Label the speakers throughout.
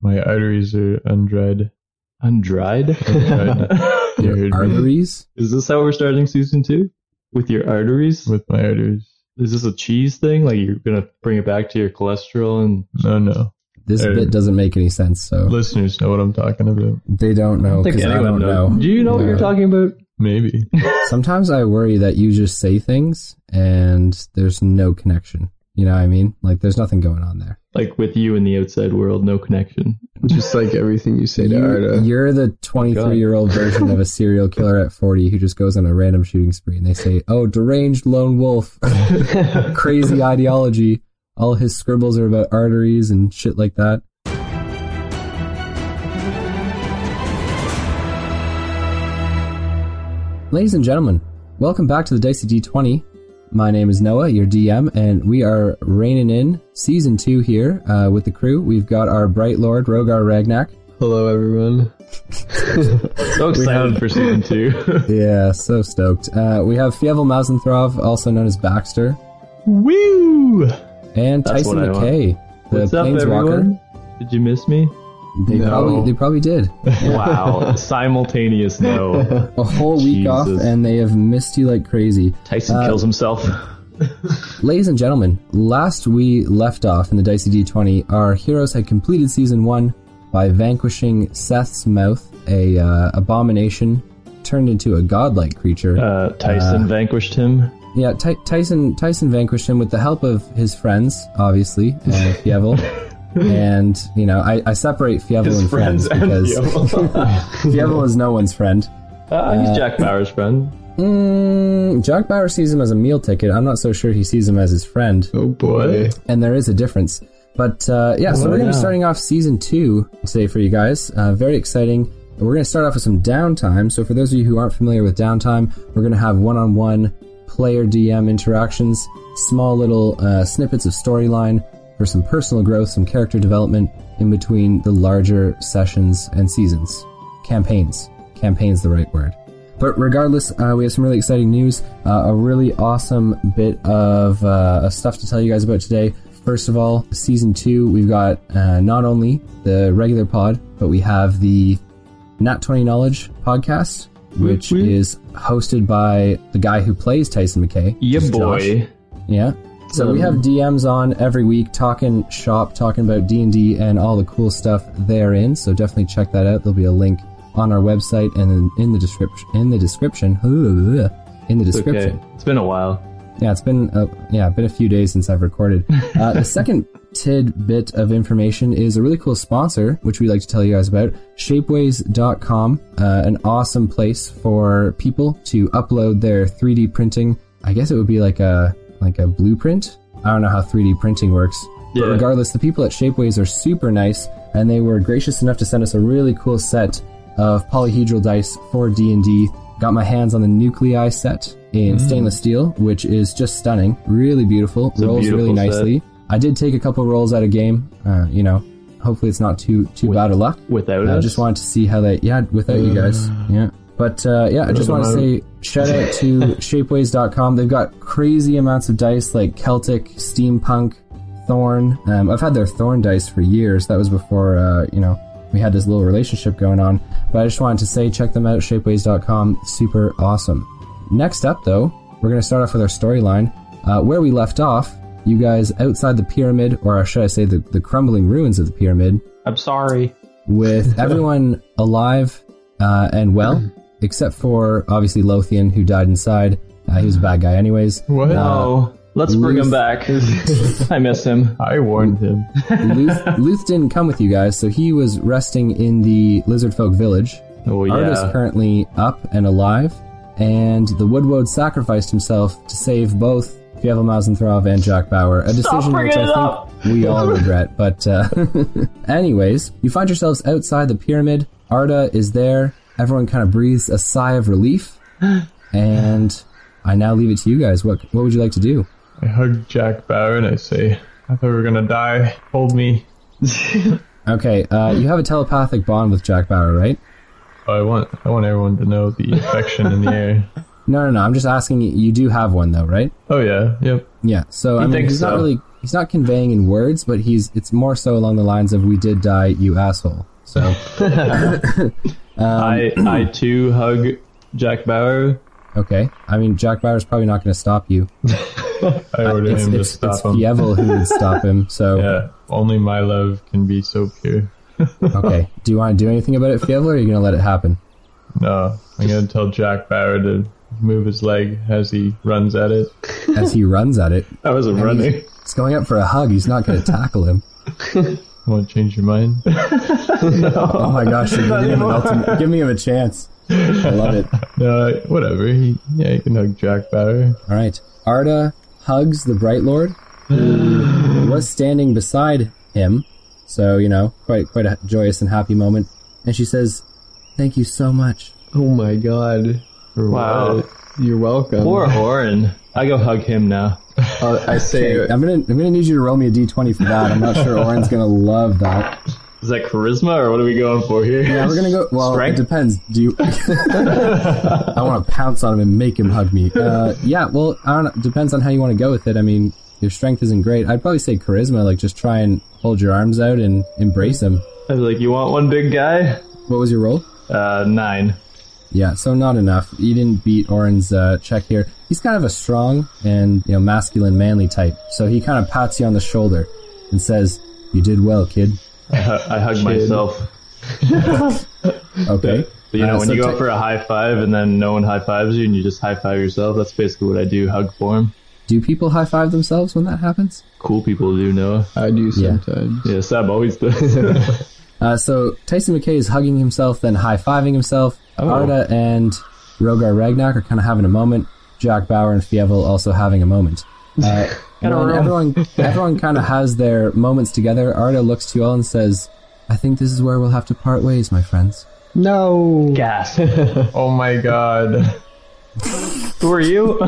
Speaker 1: My arteries are undried.
Speaker 2: Undried?
Speaker 1: Undried. You heard me.
Speaker 3: Arteries?
Speaker 2: Is this how we're starting season two? With your arteries?
Speaker 1: With my arteries.
Speaker 2: Is this a cheese thing? Like you're gonna bring it back to your cholesterol and
Speaker 1: No, no.
Speaker 3: This
Speaker 1: There.
Speaker 3: bit doesn't make any sense, so
Speaker 1: Listeners know what I'm talking about.
Speaker 3: they don't know
Speaker 2: think
Speaker 3: because I
Speaker 2: anyone
Speaker 3: don't
Speaker 2: knows.
Speaker 3: know.
Speaker 2: Do you know what you're
Speaker 3: Yeah.
Speaker 2: talking about?
Speaker 1: Maybe.
Speaker 3: Sometimes I worry that you just say things and there's no connection. You know what I mean? Like there's nothing going on there.
Speaker 2: Like with you and the outside world, no connection.
Speaker 4: Just like everything you say to Arda.
Speaker 3: You, are the 23 year old version of a serial killer at 40 who just goes on a random shooting spree and they say, "Oh, deranged lone wolf, crazy ideology." All his scribbles are about arteries and shit like that. Ladies and gentlemen, welcome back to the Dicey D20. My name is Noah, your DM, and we are reining in season two here uh, with the crew. We've got our Bright Lord, Rogar Ragnak.
Speaker 4: Hello, everyone.
Speaker 2: So excited for season two.
Speaker 3: Yeah, so stoked. Uh, we have Fievel Mausenthrov, also known as Baxter,
Speaker 2: Woo!
Speaker 3: and
Speaker 2: That's
Speaker 3: Tyson
Speaker 2: what I want.
Speaker 3: McKay, the
Speaker 2: What's up,
Speaker 3: Planeswalker.
Speaker 2: everyone? Did you miss me?
Speaker 3: They
Speaker 4: No.
Speaker 3: probably they probably did
Speaker 2: Wow. Simultaneous no.
Speaker 3: a whole week off,
Speaker 2: Jesus.
Speaker 3: and they have missed you like crazy.
Speaker 2: Tyson
Speaker 3: Uh,
Speaker 2: kills himself.
Speaker 3: Ladies and gentlemen, last we left off in the Dicey D20, our heroes had completed season one by vanquishing Seth's Mouth, a uh, abomination turned into a godlike creature.
Speaker 2: Uh, Tyson vanquished him.
Speaker 3: Yeah, Ty- Tyson Tyson vanquished him with the help of his friends, obviously, uh, Fievel. and you know, I, I separate Fievel and friends, because Fievel is no one's friend.
Speaker 2: Uh, he's Jack Bauer's friend.
Speaker 3: Mm, Jack Bauer sees him as a meal ticket. I'm not so sure he sees him as his friend,
Speaker 4: Oh boy.
Speaker 3: and there is a difference. But uh, yeah, so we're going to be starting off season two today for you guys. Uh, very exciting. We're going to start off with some downtime. So for those of you who aren't familiar with downtime, we're going to have one-on-one player DM interactions, small little uh, snippets of storyline for some personal growth, some character development in between the larger sessions and seasons, campaigns. Campaign's the right word. But regardless, uh, we have some really exciting news, uh, a really awesome bit of uh, stuff to tell you guys about today. First of all, season two, we've got uh, not only the regular pod, but we have the Nat 20 Knowledge podcast, which
Speaker 2: Whoop, whoop.
Speaker 3: is hosted by the guy who plays Tyson McKay.
Speaker 2: Yeah,
Speaker 3: which is Josh.
Speaker 2: boy.
Speaker 3: Yeah. So we
Speaker 2: Um,
Speaker 3: have DMs on every week talking shop, talking about D&D and all the cool stuff therein. So definitely check that out. There'll be a link on our website and in, in the description in the description in the
Speaker 2: It's
Speaker 3: description.
Speaker 2: okay. It's been a while.
Speaker 3: Yeah, it's been uh, yeah, been a few days since I've recorded. Uh, the second tidbit of information is a really cool sponsor, which we like to tell you guys about. Shapeways.com, uh, an awesome place for people to upload their 3D printing. I guess it would be like a like a blueprint. I don't know how 3D printing works. But
Speaker 2: Yeah.
Speaker 3: regardless, the people at Shapeways are super nice, and they were gracious enough to send us a really cool set of polyhedral dice for D&D. Got my hands on the nuclei set
Speaker 2: Mm.
Speaker 3: in stainless steel, which is just stunning. Really beautiful.
Speaker 2: a
Speaker 3: Rolls really
Speaker 2: beautiful set.
Speaker 3: nicely. I did take a couple rolls at a game. Uh, you know, hopefully it's not too too bad of luck.
Speaker 2: Without
Speaker 3: I
Speaker 2: us.
Speaker 3: just wanted to see how they, yeah, without you guys. Yeah. But uh, yeah, I just want to say shout out to shapeways.com. They've got crazy amounts of dice like Celtic, Steampunk, Thorn. Um, I've had their Thorn dice for years. That was before, uh, you know, we had this little relationship going on. But I just wanted to say check them out, shapeways.com. Super awesome. Next up, though, we're going to start off with our storyline. Uh, where we left off, you guys outside the pyramid, or should I say the, the crumbling ruins of the pyramid,
Speaker 2: I'm sorry.
Speaker 3: with everyone alive uh, and well, except for obviously Lothian, who died inside. Uh, he was a bad guy, anyways.
Speaker 1: What?
Speaker 2: No. Let's bring him
Speaker 3: Ruth-
Speaker 2: back. I miss him.
Speaker 1: I warned him.
Speaker 3: Luth, Luth didn't come with you guys, so he was resting in the Lizardfolk village.
Speaker 2: Oh,
Speaker 3: Art is
Speaker 2: yeah.
Speaker 3: currently up and alive, and the Woodwode sacrificed himself to save both Fievel Mausenthrov and Jack Bauer, a decision which
Speaker 2: bringing
Speaker 3: I
Speaker 2: it
Speaker 3: think
Speaker 2: up!
Speaker 3: we all regret. But, uh, anyways, you find yourselves outside the pyramid. Arda is there. Everyone kind of breathes a sigh of relief, and I now leave it to you guys. What what would you like to do?
Speaker 1: I hug Jack Bauer and I say, I thought we were gonna die. Hold me.
Speaker 3: Okay, uh, you have a telepathic bond with Jack Bauer, right?
Speaker 1: Oh, I want I want everyone to know the affection in the air.
Speaker 3: No, no, no. I'm just asking. You do have one though, right?
Speaker 1: Oh yeah, yep.
Speaker 3: Yeah. So I mean,
Speaker 2: thinks
Speaker 3: he's not
Speaker 2: so.
Speaker 3: really he's not conveying in words, but he's it's more so along the lines of "We did die, you asshole." So Um,
Speaker 2: I I too hug Jack Bauer.
Speaker 3: okay, I mean Jack Bauer's probably not going to stop you.
Speaker 1: I ordered
Speaker 3: It's
Speaker 1: him to
Speaker 3: it's,
Speaker 1: stop
Speaker 3: it's
Speaker 1: him.
Speaker 3: Fievel who would stop him. So
Speaker 1: Yeah, only my love can be so pure.
Speaker 3: okay, do you want to do anything about it, Fievel, or are you going to let it happen?
Speaker 1: No, Uh, I'm gonna tell Jack Bauer to move his leg as he runs at it.
Speaker 3: As he runs at it,
Speaker 1: I wasn't running.
Speaker 3: he's going up for a hug. He's not going to tackle him.
Speaker 1: Won't change your mind.
Speaker 3: Oh my gosh, you're giving him, an ultimate, giving him a chance. I love it.
Speaker 1: No, whatever. He, yeah, you can hug Jack Bauer.
Speaker 3: All right. Arda hugs the Bright Lord, who was standing beside him. So, you know, quite quite a joyous and happy moment. And she says, Thank you so much.
Speaker 4: Oh my god. For
Speaker 2: Wow.
Speaker 4: what? You're welcome.
Speaker 2: Poor Horan. I go hug him now.
Speaker 4: Uh, I say,
Speaker 3: Hey, I'm gonna I'm gonna need you to roll me a D twenty for that. I'm not sure Oren's gonna love that.
Speaker 2: Is that charisma or what are we going for here?
Speaker 3: Yeah, we're gonna go well
Speaker 2: Strength?
Speaker 3: it depends. Do you I wanna pounce on him and make him hug me. Uh, yeah, well I don't know. depends on how you wanna go with it. I mean, your strength isn't great. I'd probably say charisma, like just try and hold your arms out and embrace him.
Speaker 2: I was like, you want one big guy?
Speaker 3: What was your roll?
Speaker 2: Uh, nine.
Speaker 3: Yeah, so not enough. You didn't beat Oren's uh, check here. He's kind of a strong and you know masculine, manly type. So he kind of pats you on the shoulder and says, "You did well, kid."
Speaker 2: I, hu- I hug myself.
Speaker 3: Okay.
Speaker 2: But you know,
Speaker 3: Uh,
Speaker 2: when
Speaker 3: so
Speaker 2: you go
Speaker 3: te-
Speaker 2: up for a high five and then no one high fives you and you just high five yourself, that's basically what I do. Hug form.
Speaker 3: Do people high five themselves when that happens?
Speaker 2: Cool people do know.
Speaker 4: I do
Speaker 3: Yeah.
Speaker 4: sometimes.
Speaker 2: Yeah, Sab always does.
Speaker 3: Uh, so Tyson McKay is hugging himself, then high fiving himself. Arda and Rogar Ragnak are kind of having a moment. Jack Bauer and Fievel also having a moment. Uh, and then everyone, everyone kind of has their moments together. Arda looks to you all and says, "I think this is where we'll have to part ways, my friends."
Speaker 4: No.
Speaker 2: Gas.
Speaker 1: Oh my god.
Speaker 2: Who are you?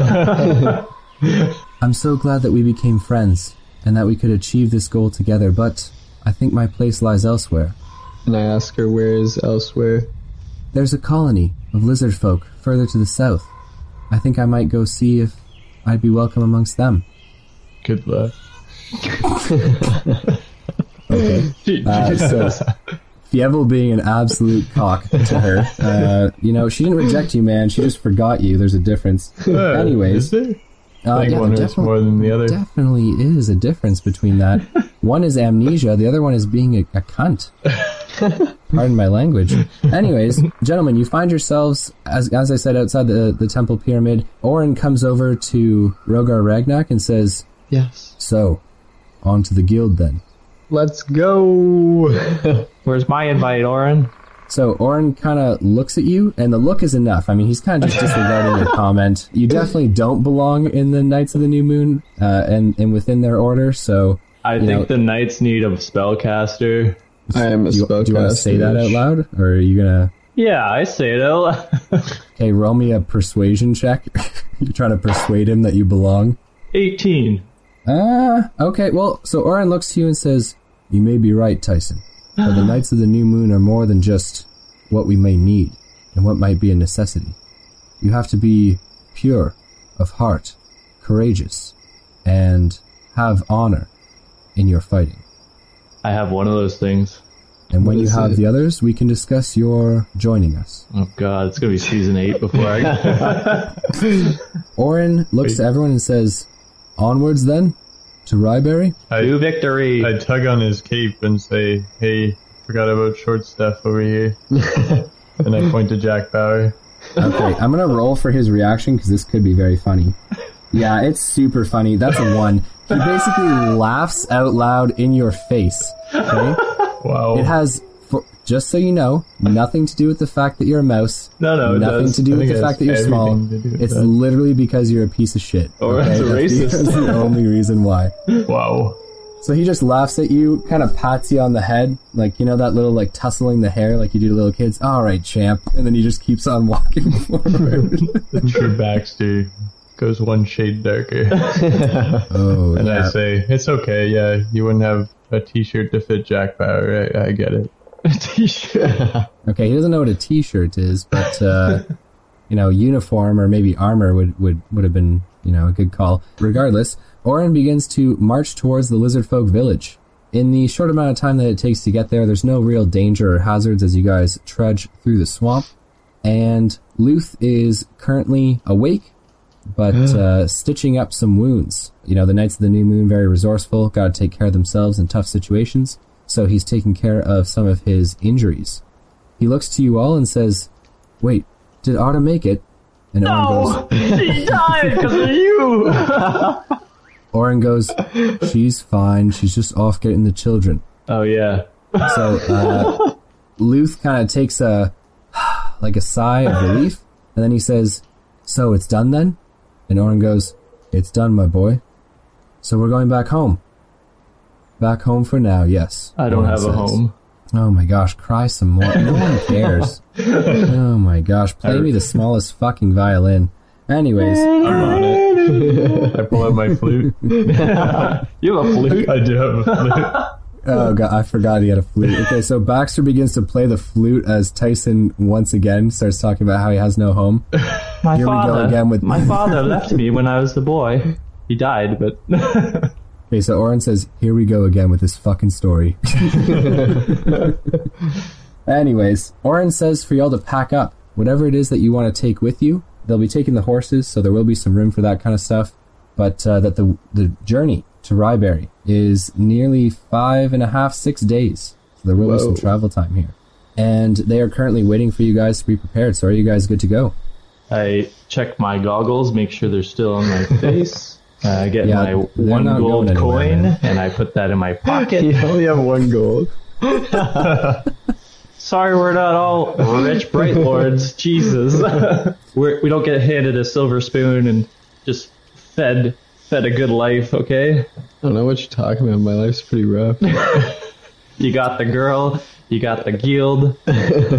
Speaker 3: I'm so glad that we became friends and that we could achieve this goal together, but I think my place lies elsewhere.
Speaker 4: And I ask her, where is elsewhere?
Speaker 3: There's a colony of lizard folk further to the south. I think I might go see if I'd be welcome amongst them.
Speaker 1: Good luck.
Speaker 3: Okay.
Speaker 4: Jesus.
Speaker 3: Fievel being an absolute cock to her. Uh, you know, she didn't reject you, man. She just forgot you. There's a difference.
Speaker 1: Yeah, is
Speaker 3: Anyways.
Speaker 1: there?
Speaker 3: Uh,
Speaker 1: I think
Speaker 3: yeah,
Speaker 1: one hurts
Speaker 3: definitely-
Speaker 1: more than the other.
Speaker 3: definitely is a difference between that. One is amnesia, the other one is being a, a cunt. Pardon my language. Anyways, gentlemen, you find yourselves, as, as I said, outside the, the temple pyramid. Orin comes over to Rogar Ragnak and says,
Speaker 4: yes.
Speaker 3: So, on to the guild then.
Speaker 4: Let's go.
Speaker 2: Where's my invite, Oren?
Speaker 3: So Orin kind of looks at you, and the look is enough. I mean, he's kind of just disregarding your comment. You definitely don't belong in the Knights of the New Moon, uh, and and within their order. So
Speaker 2: I
Speaker 3: You
Speaker 2: think
Speaker 3: know-
Speaker 2: the knights need a spellcaster.
Speaker 4: I am a
Speaker 3: do you,
Speaker 4: spellcaster.
Speaker 3: do you want to say that out loud, or are you gonna?
Speaker 2: Yeah, I say it. out loud.
Speaker 3: Okay, roll me a persuasion check. You're trying to persuade him that you belong.
Speaker 2: 18.
Speaker 3: Ah, okay. Well, so Oren looks to you and says, "You may be right, Tyson, but the Knights of the New Moon are more than just what we may need and what might be a necessity. You have to be pure of heart, courageous, and have honor in your fighting.
Speaker 2: I have one of those things.
Speaker 3: And when
Speaker 4: What
Speaker 3: you
Speaker 4: is
Speaker 3: have
Speaker 4: it?
Speaker 3: the others, we can discuss your joining us."
Speaker 2: Oh god, it's gonna be season 8 before I.
Speaker 3: Oren looks to everyone and says, "Onwards then to Ryberry."
Speaker 2: New
Speaker 1: I,
Speaker 2: victory!
Speaker 1: I tug on his cape and say, hey, forgot about short stuff over here. and I point to Jack Bauer.
Speaker 3: Okay, I'm gonna roll for his reaction because this could be very funny. Yeah, it's super funny. That's a one. He basically laughs out loud in your face. Okay,
Speaker 1: Wow.
Speaker 3: it has. For, just so you know, nothing to do with the fact that you're a mouse.
Speaker 2: No, no, it
Speaker 3: nothing
Speaker 2: does.
Speaker 3: to do
Speaker 1: I
Speaker 3: with
Speaker 1: think
Speaker 3: the
Speaker 1: it
Speaker 3: fact that
Speaker 1: has
Speaker 3: you're small.
Speaker 1: everything to do with
Speaker 3: It's
Speaker 1: that.
Speaker 3: literally because you're a piece of shit.
Speaker 2: Or it's a
Speaker 3: That's the-
Speaker 2: racist.
Speaker 3: that's the only reason why.
Speaker 1: wow.
Speaker 3: So he just laughs at you, kind of pats you on the head, like you know that little like tussling the hair like you do to little kids. All right, champ, and then he just keeps on walking forward.
Speaker 1: The true Baxter goes one shade darker.
Speaker 3: oh,
Speaker 1: And I
Speaker 3: yeah.
Speaker 1: say, it's okay, yeah, you wouldn't have a t-shirt to fit Jack Bauer, I, I get it.
Speaker 3: Okay, he doesn't know what a t-shirt is, but uh, you know, uniform or maybe armor would would would have been you know a good call. Regardless, Orin begins to march towards the lizardfolk village. In the short amount of time that it takes to get there, there's no real danger or hazards as you guys trudge through the swamp. And Luth is currently awake, but uh, stitching up some wounds. You know, the Knights of the New Moon, very resourceful, got to take care of themselves in tough situations. So he's taking care of some of his injuries. He looks to you all and says, Wait, did Otta make it? And Orin goes,
Speaker 2: she died because of you.
Speaker 3: Oren goes, she's fine. She's just off getting the children.
Speaker 2: Oh yeah.
Speaker 3: So uh, Luth kind of takes a like a sigh of relief, and then he says, "So it's done then?" And Oren goes, "It's done, my boy. So we're going back home. Back home for now. Yes.
Speaker 2: I don't
Speaker 3: Oren
Speaker 2: have a
Speaker 3: says.
Speaker 2: home.
Speaker 3: Oh my gosh, cry some more. No one cares. oh my gosh, play me the smallest fucking violin. Anyways,
Speaker 1: I'm on it.
Speaker 2: I pull out my flute. you have a flute.
Speaker 1: I do have a flute.
Speaker 3: Oh god, I forgot he had a flute. Okay, so Baxter begins to play the flute as Tyson once again starts talking about how he has no home.
Speaker 2: My
Speaker 3: Here we go
Speaker 2: father.
Speaker 3: again with-
Speaker 2: my father left me when I was a boy. He died, but
Speaker 3: Okay, so Oren says, "Here we go again with this fucking story." Anyways, Oren says for y'all to pack up whatever it is that you want to take with you. They'll be taking the horses, so there will be some room for that kind of stuff. But uh, that the the journey to Ryberry is nearly five and a half, six days. So there will be some
Speaker 4: Whoa.
Speaker 3: travel time here, and they are currently waiting for you guys to be prepared. So are you guys good to go?
Speaker 2: I check my goggles, make sure they're still on my face. Uh, I get
Speaker 3: Yeah,
Speaker 2: my
Speaker 3: they're
Speaker 2: one
Speaker 3: not
Speaker 2: gold
Speaker 3: going anywhere,
Speaker 2: coin
Speaker 3: man.
Speaker 2: and I put that in my pocket.
Speaker 4: You only have one gold.
Speaker 2: Sorry, we're not all rich bright lords. Jesus, we're, we don't get handed a silver spoon and just fed fed a good life. Okay,
Speaker 4: I don't know what you're talking about. My life's pretty rough.
Speaker 2: you got the girl, you got the guild.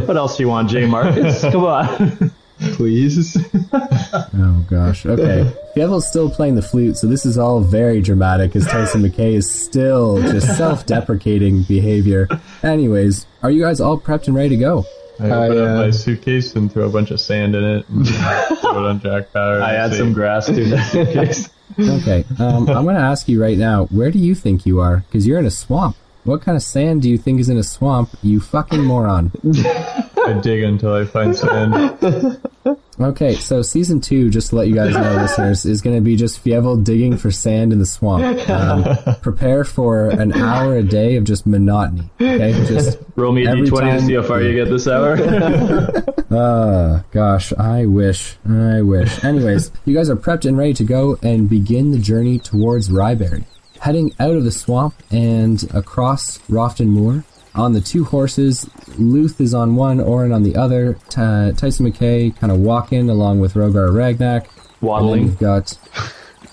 Speaker 2: What else you want, J. Marcus? Come on.
Speaker 4: Please.
Speaker 3: Oh gosh. Okay. Devil's still playing the flute, so this is all very dramatic as Tyson McKay is still just self-deprecating behavior. Anyways, are you guys all prepped and ready to go?
Speaker 1: I open
Speaker 4: uh,
Speaker 1: up my suitcase and throw a bunch of sand in it and throw it on Jack Bauer.
Speaker 2: I
Speaker 1: and
Speaker 2: add
Speaker 1: see.
Speaker 2: some grass to that.
Speaker 3: Okay. Um, I'm going to ask you right now, where do you think you are? Because you're in a swamp. What kind of sand do you think is in a swamp? You fucking moron.
Speaker 1: I dig until I find sand.
Speaker 3: Okay, so season two, just to let you guys know, listeners, is going to be just Fievel digging for sand in the swamp. Um, prepare for an hour a day of just monotony. Okay, just
Speaker 2: Roll me a
Speaker 3: Every
Speaker 2: d20 to
Speaker 3: time-
Speaker 2: see how far you get this hour.
Speaker 3: Uh, gosh, I wish. I wish. Anyways, you guys are prepped and ready to go and begin the journey towards Ryberry. Heading out of the swamp and across Rofton Moor, on the two horses, Luth is on one, Orin on the other, Ty Tyson McKay kind of walking along with Rogar Ragnak. And then
Speaker 2: Waddling.
Speaker 3: you've got,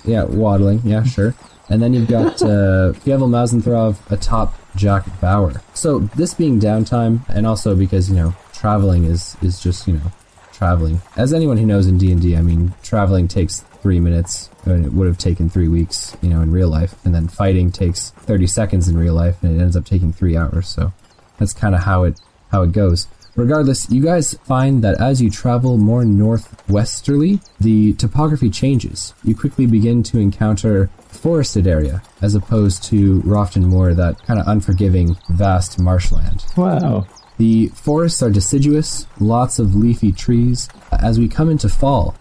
Speaker 3: yeah, waddling. Yeah, sure. And then you've got uh, Fievel Mazenthorov atop Jack Bauer. So this being downtime, and also because you know traveling is is just you know traveling. As anyone who knows in D and I mean, traveling takes three minutes, and it would have taken three weeks, you know, in real life. And then fighting takes thirty seconds in real life, and it ends up taking three hours. So that's kind of how it how it goes. Regardless, you guys find that as you travel more northwesterly, the topography changes. You quickly begin to encounter forested area as opposed to Rofton Moor, that kind of unforgiving, vast marshland.
Speaker 2: Wow.
Speaker 3: The forests are deciduous, lots of leafy trees. As we come into fall,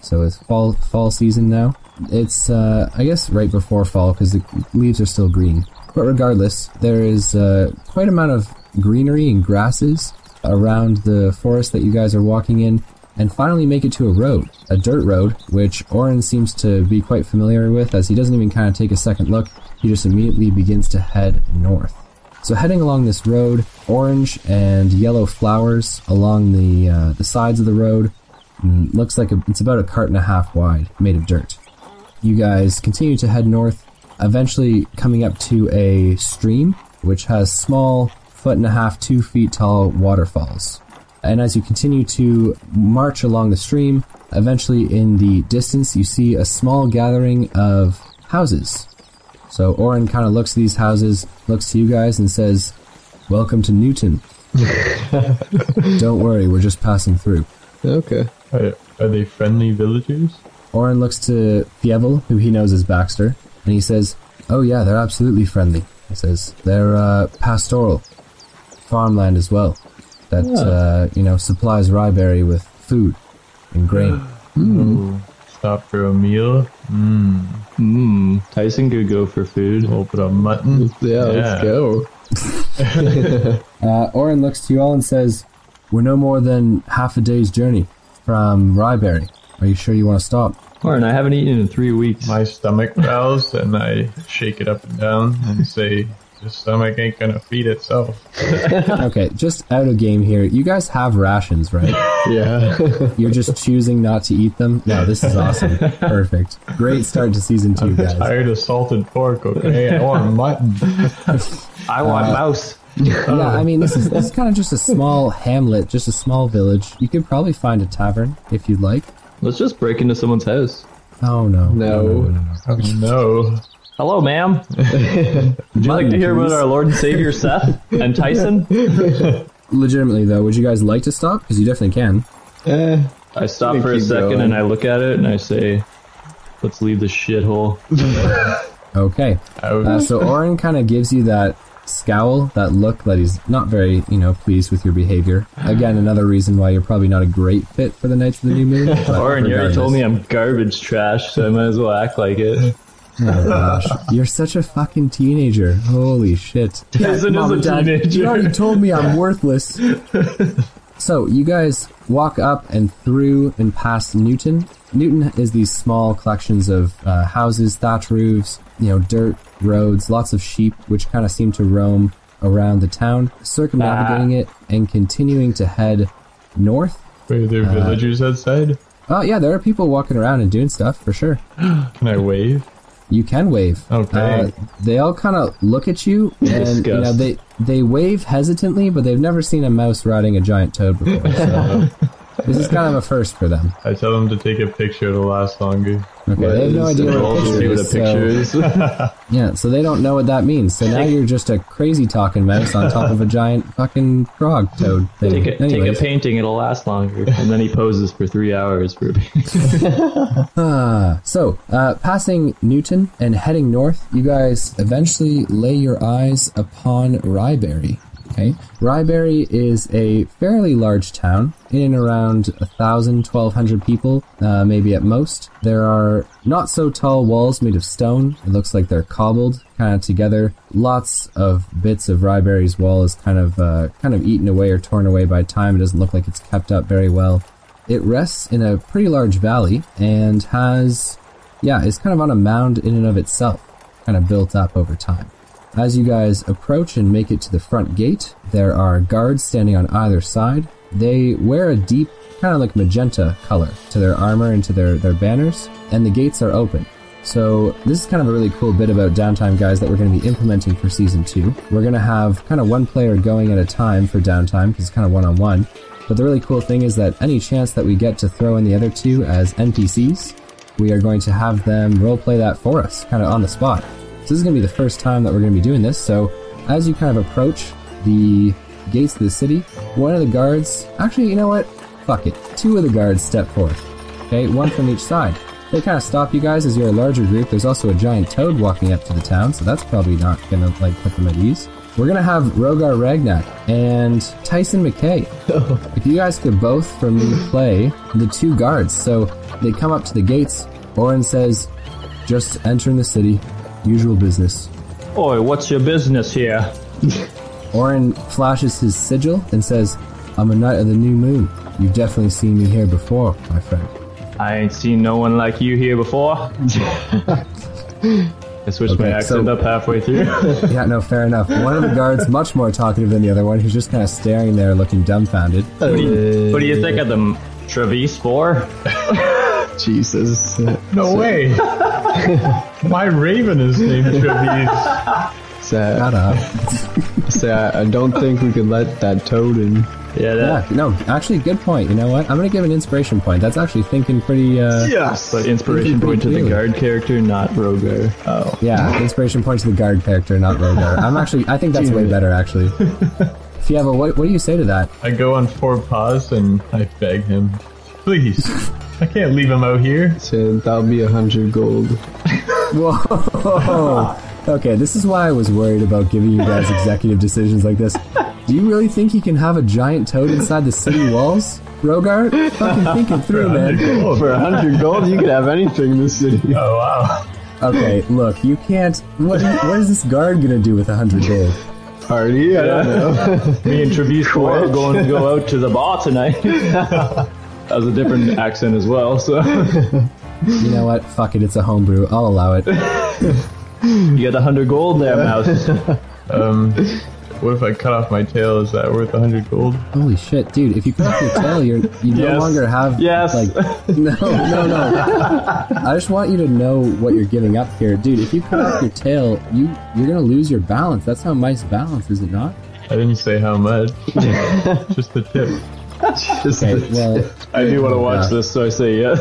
Speaker 3: so it's fall fall season now. It's uh, I guess right before fall because the leaves are still green. But regardless, there is uh, quite amount of greenery and grasses around the forest that you guys are walking in, and finally make it to a road, a dirt road, which Oren seems to be quite familiar with, as he doesn't even kind of take a second look. He just immediately begins to head north. So heading along this road, orange and yellow flowers along the uh, the sides of the road. Mm, looks like a, it's about a cart and a half wide, made of dirt. You guys continue to head north, eventually coming up to a stream which has small foot and a half, two feet tall waterfalls. And as you continue to march along the stream, eventually in the distance you see a small gathering of houses so Oren kind of looks at these houses, looks to you guys, and says, "Welcome to Newton." Don't worry, we're just passing through.
Speaker 4: Okay.
Speaker 1: Are, are they friendly villagers?
Speaker 3: Oren looks to Fievel, who he knows as Baxter, and he says, "Oh yeah, they're absolutely friendly." He says they're uh, pastoral, farmland as well, that uh, you know supplies Ryberry with food and grain.
Speaker 1: Stop for a meal.
Speaker 2: Mmm. Tyson could go for food.
Speaker 1: Little bit of mutton.
Speaker 4: Yeah,
Speaker 1: Yeah.
Speaker 4: let's go.
Speaker 3: Uh, Orin looks to you all and says, "We're no more than half a day's journey from Ryberry. Are you sure you want to stop?"
Speaker 2: Corn, I haven't eaten in three weeks.
Speaker 1: My stomach growls and I shake it up and down and say, "This stomach ain't gonna feed itself."
Speaker 3: okay, just out of game here. You guys have rations, right?
Speaker 4: Yeah.
Speaker 3: You're just choosing not to eat them. No, this is awesome. Perfect. Great start to season two, guys.
Speaker 1: Tired of salted pork, okay? I want mutton.
Speaker 2: I want mouse.
Speaker 3: Yeah, I mean, this is, this is kind of just a small hamlet, just a small village. You could probably find a tavern if you'd like.
Speaker 2: Let's just break into someone's house.
Speaker 3: Oh no,
Speaker 4: No.
Speaker 1: Oh, no.
Speaker 2: Hello, ma'am. Would you like to hear about our Lord and Savior Seth and Tyson?
Speaker 3: Legitimately though, would you guys like to stop? Because you definitely can.
Speaker 4: Eh,
Speaker 2: I stop for a
Speaker 4: Keep
Speaker 2: second
Speaker 4: going.
Speaker 2: and I look at it and I say, let's leave this shithole.
Speaker 3: Okay.
Speaker 1: I was
Speaker 3: Uh, so Orin kind of gives you that scowl, that look that he's not very, you know, pleased with your behavior. Again, another reason why you're probably not a great fit for the Knights of the New Moon.
Speaker 2: Orin,
Speaker 3: but
Speaker 2: you already
Speaker 3: regardless.
Speaker 2: told me I'm garbage trash, so I might as well act like it.
Speaker 3: Oh gosh. You're such a fucking teenager. Holy shit.
Speaker 2: Tyson is
Speaker 3: Mom
Speaker 2: a
Speaker 3: and Dad, You
Speaker 2: teenager.
Speaker 3: already told me I'm worthless. so you guys walk up and through and past Newton. Newton is these small collections of uh, houses, thatch roofs, you know, dirt roads, lots of sheep, which kind of seem to roam around the town,
Speaker 2: Ah.
Speaker 3: circumnavigating it and continuing to head north.
Speaker 1: were
Speaker 4: Uh,
Speaker 1: there villagers outside?
Speaker 3: Oh yeah, there are people walking around and doing stuff for sure.
Speaker 1: Can I wave?
Speaker 3: You can wave.
Speaker 2: Oh,
Speaker 1: Okay.
Speaker 3: Uh, they all kind of look at you, and you know
Speaker 2: Disgust.
Speaker 3: they they wave hesitantly, but they've never seen a mouse riding a giant toad before. So
Speaker 2: Uh-huh.
Speaker 3: this is kind of a first for them.
Speaker 1: I tell them to take a picture to last longer.
Speaker 3: Okay, they have no
Speaker 4: is
Speaker 3: idea what a
Speaker 4: involved?
Speaker 3: picture
Speaker 4: See what
Speaker 3: is,
Speaker 4: a picture
Speaker 3: so-
Speaker 4: is?
Speaker 3: yeah, so they don't know what that means. So now you're just a crazy talking mouse on top of a giant fucking frog toad thing.
Speaker 2: Take a, take a
Speaker 3: Anyways,
Speaker 2: painting, it'll last longer. And then he poses for three hours for
Speaker 3: ah, so uh, passing Newton and heading north, you guys eventually lay your eyes upon Ryberry. Okay. Ryberry is a fairly large town, in and around 1,000, 1,200 people, uh, maybe at most. There are not so tall walls made of stone. It looks like they're cobbled kind of together. Lots of bits of Ryberry's wall is kind of uh, kind of eaten away or torn away by time. It doesn't look like it's kept up very well. It rests in a pretty large valley and has, yeah, it's kind of on a mound in and of itself, kind of built up over time. As you guys approach and make it to the front gate, there are guards standing on either side. They wear a deep, kind of like magenta color to their armor and to their, their banners, and the gates are open. So, this is kind of a really cool bit about downtime, guys, that we're going to be implementing for season two. We're going to have kind of one player going at a time for downtime because it's kind of one on one. But the really cool thing is that any chance that we get to throw in the other two as NPCs, we are going to have them roleplay that for us, kind of on the spot. So this is going to be the first time that we're going to be doing this. So as you kind of approach the gates of the city, one of the guards, actually, you know what? Fuck it. Two of the guards step forth. Okay, one from each side. They kind of stop you guys as you're a larger group. There's also a giant toad walking up to the town, so that's probably not going to like put them at ease. We're going to have Rogar Ragnak and Tyson McKay if you guys could both for me play the two guards. So they come up to the gates. Orin says, just entering the city, usual business.
Speaker 2: Oi, what's your business here?
Speaker 3: Orin flashes his sigil and says, I'm a knight of the new moon. You've definitely seen me here before, my friend.
Speaker 2: I ain't seen no one like you here before. I switched my
Speaker 3: Okay,
Speaker 2: accent
Speaker 3: so-
Speaker 2: up halfway through.
Speaker 3: Yeah, no, fair enough. One of the guards, much more talkative than the other one, who's just kind of staring there looking dumbfounded.
Speaker 2: What do you, what do you think of them? Travis for?
Speaker 4: Jesus.
Speaker 1: No way! My raven is named Travis.
Speaker 4: Sad.
Speaker 3: Shut up.
Speaker 4: Say, I, I don't think we could let that toad in.
Speaker 2: Yeah,
Speaker 3: Yeah,
Speaker 2: that,
Speaker 3: no, actually, good point. You know what? I'm going to give an inspiration point. That's actually thinking pretty, uh,
Speaker 4: Yes.
Speaker 2: but inspiration point to the guard character, not Oh. Rogar.
Speaker 3: Yeah, inspiration points to the guard character, not Rogar. I'm actually, I think that's way better, actually. If you have a, what, what do you say to that?
Speaker 1: I go on four paws and I beg him, please. I can't leave him out here.
Speaker 4: That'll be a hundred gold.
Speaker 3: Whoa. Okay, this is why I was worried about giving you guys executive decisions like this. Do you really think you can have a giant toad inside the city walls, Rogar? Fucking think it through, man.
Speaker 1: Oh,
Speaker 4: For a hundred gold, Oh, you could have anything in this city.
Speaker 1: wow.
Speaker 3: Okay, look, you can't. What, what is this guard gonna do with a hundred gold?
Speaker 4: Party? I don't know.
Speaker 2: Me and Trevisco are
Speaker 4: Quiet.
Speaker 2: going to go out to the bar tonight. that was a different accent as well. So
Speaker 3: You know what? Fuck it, it's a homebrew. I'll allow it.
Speaker 2: you got a hundred gold there, mouse.
Speaker 1: Um, what if I cut off my tail? Is that worth a hundred gold?
Speaker 3: Holy shit, dude! If you cut off your tail, you're you no
Speaker 2: Yes.
Speaker 3: longer have
Speaker 2: Yes.
Speaker 3: like no no no. I just want you to know what you're giving up here, dude. If you cut off your tail, you you're gonna lose your balance. That's how mice balance, is it not?
Speaker 1: I didn't say how much. Just the tip.
Speaker 4: Just
Speaker 3: Okay, well,
Speaker 2: I do want to watch
Speaker 3: Yeah.
Speaker 2: this, so I say yes.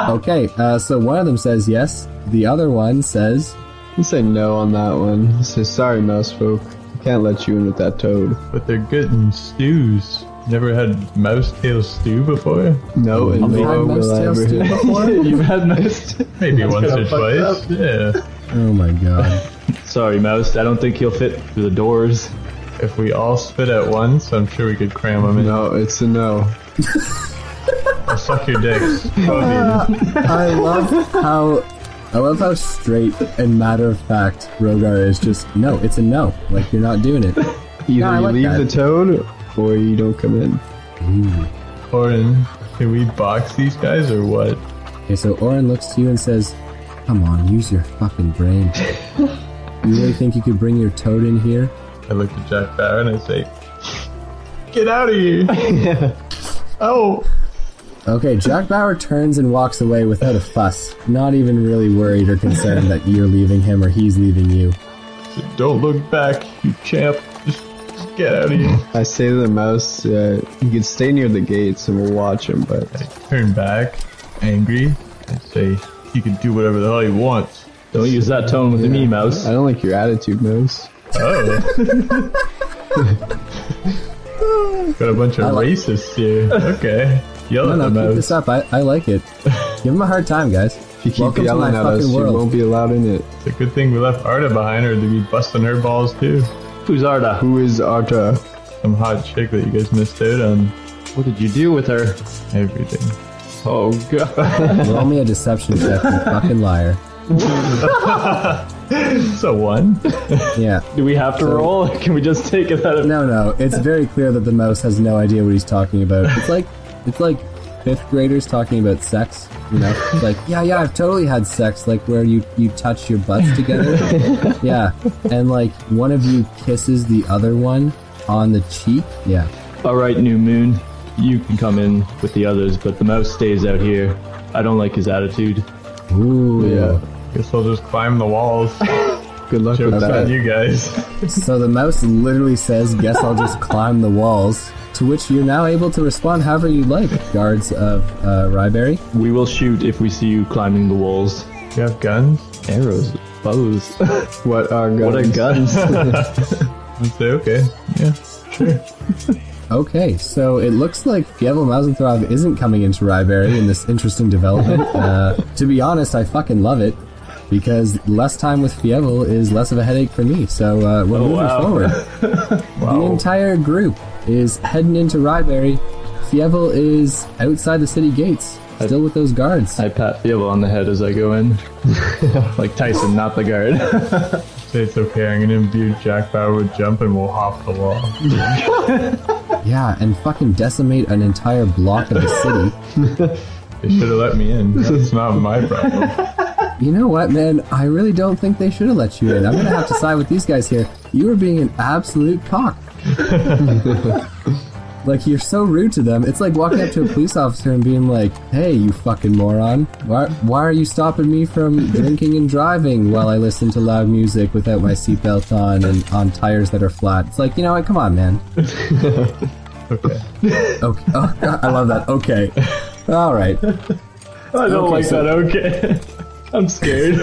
Speaker 3: okay. Uh, so one of them says yes, the other one says
Speaker 4: I'd say no on that one. I'd say sorry, mouse folk. I can't let you in with that toad.
Speaker 1: But they're good in stews. Never had mouse tail stew before?
Speaker 4: No, and
Speaker 3: I've
Speaker 4: no
Speaker 3: had
Speaker 4: one
Speaker 3: mouse
Speaker 4: will
Speaker 3: tails
Speaker 4: ever
Speaker 3: too before.
Speaker 2: You've had mouse.
Speaker 1: Maybe once
Speaker 2: kinda
Speaker 1: or twice.
Speaker 2: fucked
Speaker 1: Yeah.
Speaker 3: Oh my god.
Speaker 2: Sorry, mouse. I don't think he'll fit through the doors.
Speaker 1: If we all spit at once, I'm sure we could cram them in.
Speaker 4: No, it's a no.
Speaker 1: Suck your dicks. Cody.
Speaker 3: I love how I love how straight and matter of fact Rogar is just no, it's a no. Like you're not doing it.
Speaker 4: Either
Speaker 3: I
Speaker 4: you
Speaker 3: like
Speaker 4: leave
Speaker 3: that.
Speaker 4: the toad or you don't come in.
Speaker 1: Oren, can we box these guys or what?
Speaker 3: Okay, so Oren looks to you and says, Come on, use your fucking brain. you really think you could bring your toad in here?
Speaker 1: I look at Jack Bauer and I say, Get out of here! oh!
Speaker 3: Okay, Jack Bauer turns and walks away without a fuss, not even really worried or concerned that you're leaving him or he's leaving you.
Speaker 1: Don't look back, you champ. Just, just get out of here.
Speaker 4: I say to the mouse, uh, you can stay near the gates and we'll watch him, but
Speaker 1: I turn back, angry, and say, He can do whatever the hell he wants.
Speaker 2: Don't use that tone with me, mouse.
Speaker 4: I don't like your attitude, mouse.
Speaker 1: Oh. Got a bunch of
Speaker 3: like-
Speaker 1: racists here. Okay. Yell
Speaker 3: No,
Speaker 1: at
Speaker 3: no,
Speaker 1: the
Speaker 3: keep
Speaker 1: mouse.
Speaker 3: this up. I, I like it. Give him a hard time, guys.
Speaker 4: If you keep
Speaker 3: Welcome to
Speaker 4: yelling
Speaker 3: my
Speaker 4: at us,
Speaker 3: fucking
Speaker 4: you
Speaker 3: world.
Speaker 4: won't be allowed in it.
Speaker 1: It's a good thing we left Arda behind, or they'd be busting her balls too.
Speaker 2: Who's Arda?
Speaker 4: Who is Arta?
Speaker 1: Some hot chick that you guys missed out on.
Speaker 2: What did you do with her?
Speaker 1: Everything.
Speaker 2: Oh god.
Speaker 3: Roll me a deception check, you fucking liar.
Speaker 1: It's a one.
Speaker 3: Yeah.
Speaker 2: Do we have to roll? Can we just take it out of
Speaker 3: No, no. It's very clear that the mouse has no idea what he's talking about. It's like, it's like fifth graders talking about sex. You know, It's like yeah, yeah, I've totally had sex, like where you you touch your butts together. yeah, and like one of you kisses the other one on the cheek. Yeah.
Speaker 2: All right, New Moon, you can come in with the others, but the mouse stays out here. I don't like his attitude.
Speaker 3: Ooh.
Speaker 4: Yeah.
Speaker 1: Guess I'll just climb the walls.
Speaker 4: Good luck with
Speaker 1: Joke's on
Speaker 4: that.
Speaker 1: you guys.
Speaker 3: So the mouse literally says, "Guess I'll just climb the walls." To which you're now able to respond however you like, guards of uh, Ryberry.
Speaker 2: We will shoot if we see you climbing the walls.
Speaker 1: You have guns?
Speaker 2: Arrows, bows.
Speaker 4: What are guns?
Speaker 2: what are guns?
Speaker 1: I say, okay. Yeah.
Speaker 3: Okay, so it looks like Gavel Mausenthrov isn't coming into Ryberry in this interesting development. Uh, to be honest, I fucking love it because less time with Fievel is less of a headache for me. So uh, we're moving
Speaker 2: Oh, wow.
Speaker 3: forward. The entire group is heading into Ryberry. Fievel is outside the city gates, still with those guards.
Speaker 2: I pat Fievel on the head as I go in. like Tyson, not the guard.
Speaker 1: Say it's okay. I'm gonna imbue Jack Bauer with jump, and we'll hop the wall.
Speaker 3: yeah, and fucking decimate an entire block of the city.
Speaker 1: They should have let me in. That's not my problem.
Speaker 3: You know what, man? I really don't think they should have let you in. I'm gonna have to side with these guys here. You are being an absolute cock. like you're so rude to them. It's like walking up to a police officer and being like, "Hey, you fucking moron! Why why are you stopping me from drinking and driving while I listen to loud music without my seatbelt on and on tires that are flat?" It's like, you know what? Come on, man.
Speaker 1: Okay.
Speaker 3: Okay, oh, God, I love that. Okay, all right.
Speaker 2: I don't
Speaker 3: Okay,
Speaker 2: like
Speaker 3: so-
Speaker 2: that. Okay. I'm scared.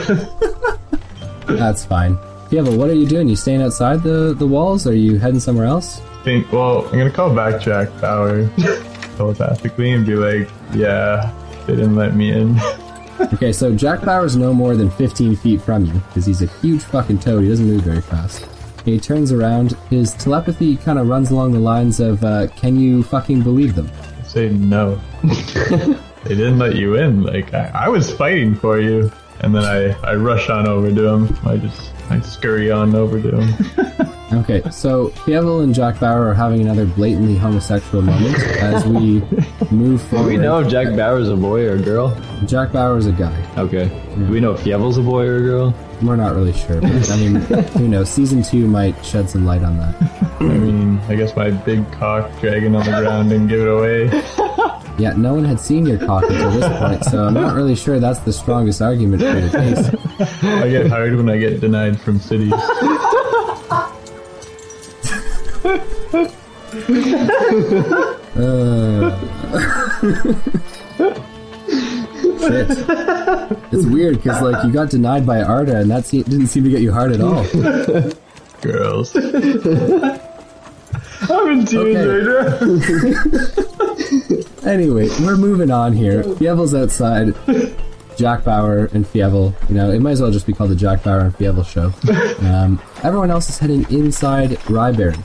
Speaker 3: That's fine. Yeah, but what are you doing? You staying outside the, the walls? Are you heading somewhere else?
Speaker 1: Think, well, I'm gonna call back Jack Bauer telepathically and be like, yeah, they didn't let me in.
Speaker 3: Okay, so Jack Bauer's no more than 15 feet from you because he's a huge fucking toad. He doesn't move very fast. And he turns around. His telepathy kind of runs along the lines of, uh, "Can you fucking believe them?"
Speaker 1: Say no. they didn't let you in. Like I, I was fighting for you, and then I, I rush on over to him. I just I scurry on over to him.
Speaker 3: Okay, so Fievel and Jack Bauer are having another blatantly homosexual moment as we move forward.
Speaker 2: we know if Jack Bauer's a boy or a girl.
Speaker 3: Jack Bauer's a guy.
Speaker 2: Okay. Do we know if Yevel's a boy or a girl?
Speaker 3: We're not really sure, but I mean, who knows? Season two might shed some light on that.
Speaker 1: I mean, I guess my big cock dragging on the ground and give it away.
Speaker 3: Yeah, no one had seen your cock until this point, so I'm not really sure that's the strongest argument for your case.
Speaker 1: I get hired when I get denied from cities.
Speaker 3: Shit. It's weird because like you got denied by Arda, and that se- didn't seem to get you hard at all.
Speaker 1: Girls.
Speaker 2: I'm in tears
Speaker 3: Okay.
Speaker 2: right now.
Speaker 3: Anyway, we're moving on here. Fievel's outside. Jack Bauer and Fievel. You know, it might as well just be called the Jack Bauer and Fievel show. Um, everyone else is heading inside Ryberry.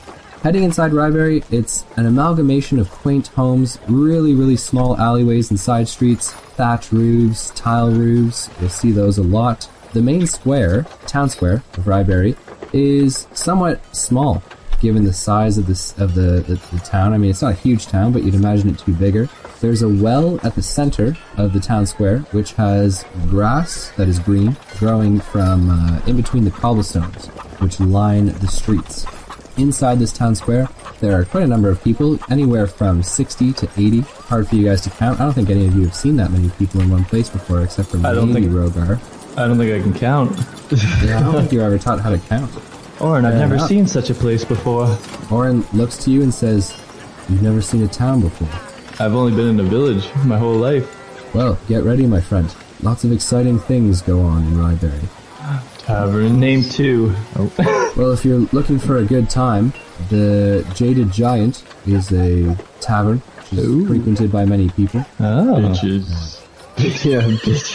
Speaker 3: Heading inside Ryberry, it's an amalgamation of quaint homes, really, really small alleyways and side streets, thatch roofs, tile roofs. You'll see those a lot. The main square, town square of Ryberry, is somewhat small given the size of this of the, the, the town. I mean, it's not a huge town, but you'd imagine it to be bigger. There's a well at the center of the town square, which has grass that is green growing from uh, in between the cobblestones, which line the streets. Inside this town square, there are quite a number of people, anywhere from 60 to 80. Hard for you guys to count. I don't think any of you have seen that many people in one place before, except for
Speaker 2: I don't
Speaker 3: maybe
Speaker 2: think-
Speaker 3: Rogar.
Speaker 2: I don't think I can count.
Speaker 3: Yeah, I don't think you were ever taught how to count.
Speaker 2: Orin, I've
Speaker 3: Yeah.
Speaker 2: never seen such a place before.
Speaker 3: Orin looks to you and says, You've never seen a town before.
Speaker 2: I've only been in a village my whole life.
Speaker 3: Well, get ready, my friend. Lots of exciting things go on in Ryberry.
Speaker 1: Tavern.
Speaker 2: Name two.
Speaker 3: Well, if you're looking for a good time, the Jaded Giant is a tavern which is frequented by many people.
Speaker 2: Oh.
Speaker 1: Bitches.
Speaker 4: yeah,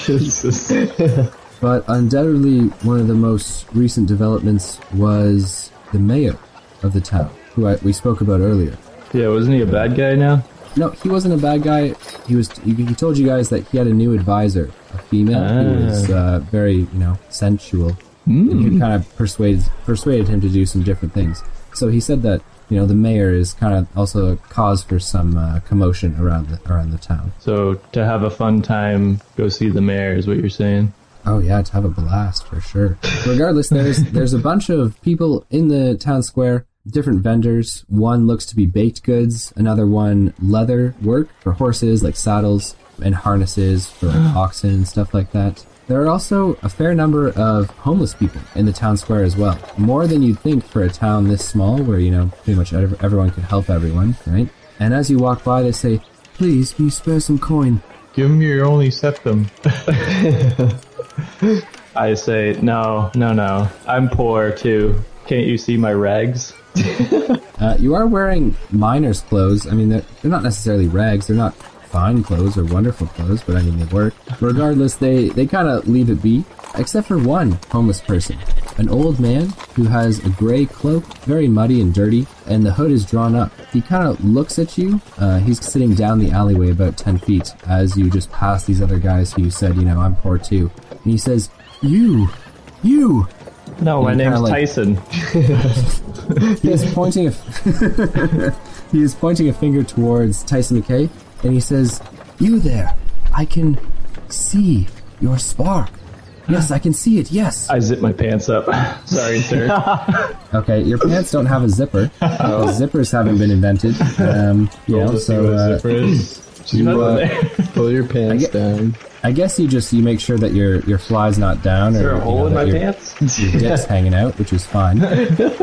Speaker 4: bitches.
Speaker 3: But undoubtedly, one of the most recent developments was the mayor of the town, who I, we spoke about earlier.
Speaker 2: Yeah, wasn't he a bad guy now?
Speaker 3: No, he wasn't a bad guy. He was. He, he told you guys that he had a new advisor, a female who was uh, very, you know, sensual, and who kind of persuaded persuaded him to do some different things. So he said that you know the mayor is kind of also a cause for some uh, commotion around the around the town.
Speaker 2: So to have a fun time, go see the mayor is what you're saying.
Speaker 3: Oh yeah, to have a blast for sure. Regardless, there's there's a bunch of people in the town square, different vendors. One looks to be baked goods, another one leather work for horses like saddles and harnesses for like, oxen and stuff like that. There are also a fair number of homeless people in the town square as well. More than you'd think for a town this small, where you know pretty much ev- everyone could help everyone, right? And as you walk by, they say, "Please, can you spare some coin?"
Speaker 1: Give him your only septum.
Speaker 2: I say, no, no, no. I'm poor too. Can't you see my rags?
Speaker 3: Uh, you are wearing miner's clothes. I mean, they're, they're not necessarily rags. They're not fine clothes or wonderful clothes, but I mean, they work. Regardless, they, they kind of leave it be, except for one homeless person. An old man who has a gray cloak, very muddy and dirty, and the hood is drawn up. He kind of looks at you. Uh, he's sitting down the alleyway about 10 feet as you just pass these other guys who you said, you know, I'm poor too. And he says, You! You!
Speaker 2: No, my
Speaker 3: You kinda
Speaker 2: name's
Speaker 3: like-
Speaker 2: Tyson.
Speaker 3: He is pointing a he is pointing a finger towards Tyson McKay, and he says, "You there? I can see your spark. Yes, I can see it. Yes."
Speaker 2: I zip my pants up. Sorry, sir.
Speaker 3: okay, your pants don't have a zipper. Uh, zippers haven't been invented. Um, you know, so uh,
Speaker 4: You, uh, pull your pants
Speaker 3: get-
Speaker 4: down.
Speaker 3: I guess you just you make sure that your your fly's not down
Speaker 2: Is
Speaker 3: or
Speaker 2: there a
Speaker 3: you
Speaker 2: hole
Speaker 3: know,
Speaker 2: in
Speaker 3: that
Speaker 2: my
Speaker 3: your-
Speaker 2: pants?
Speaker 3: your dick's hanging out, which is fine. And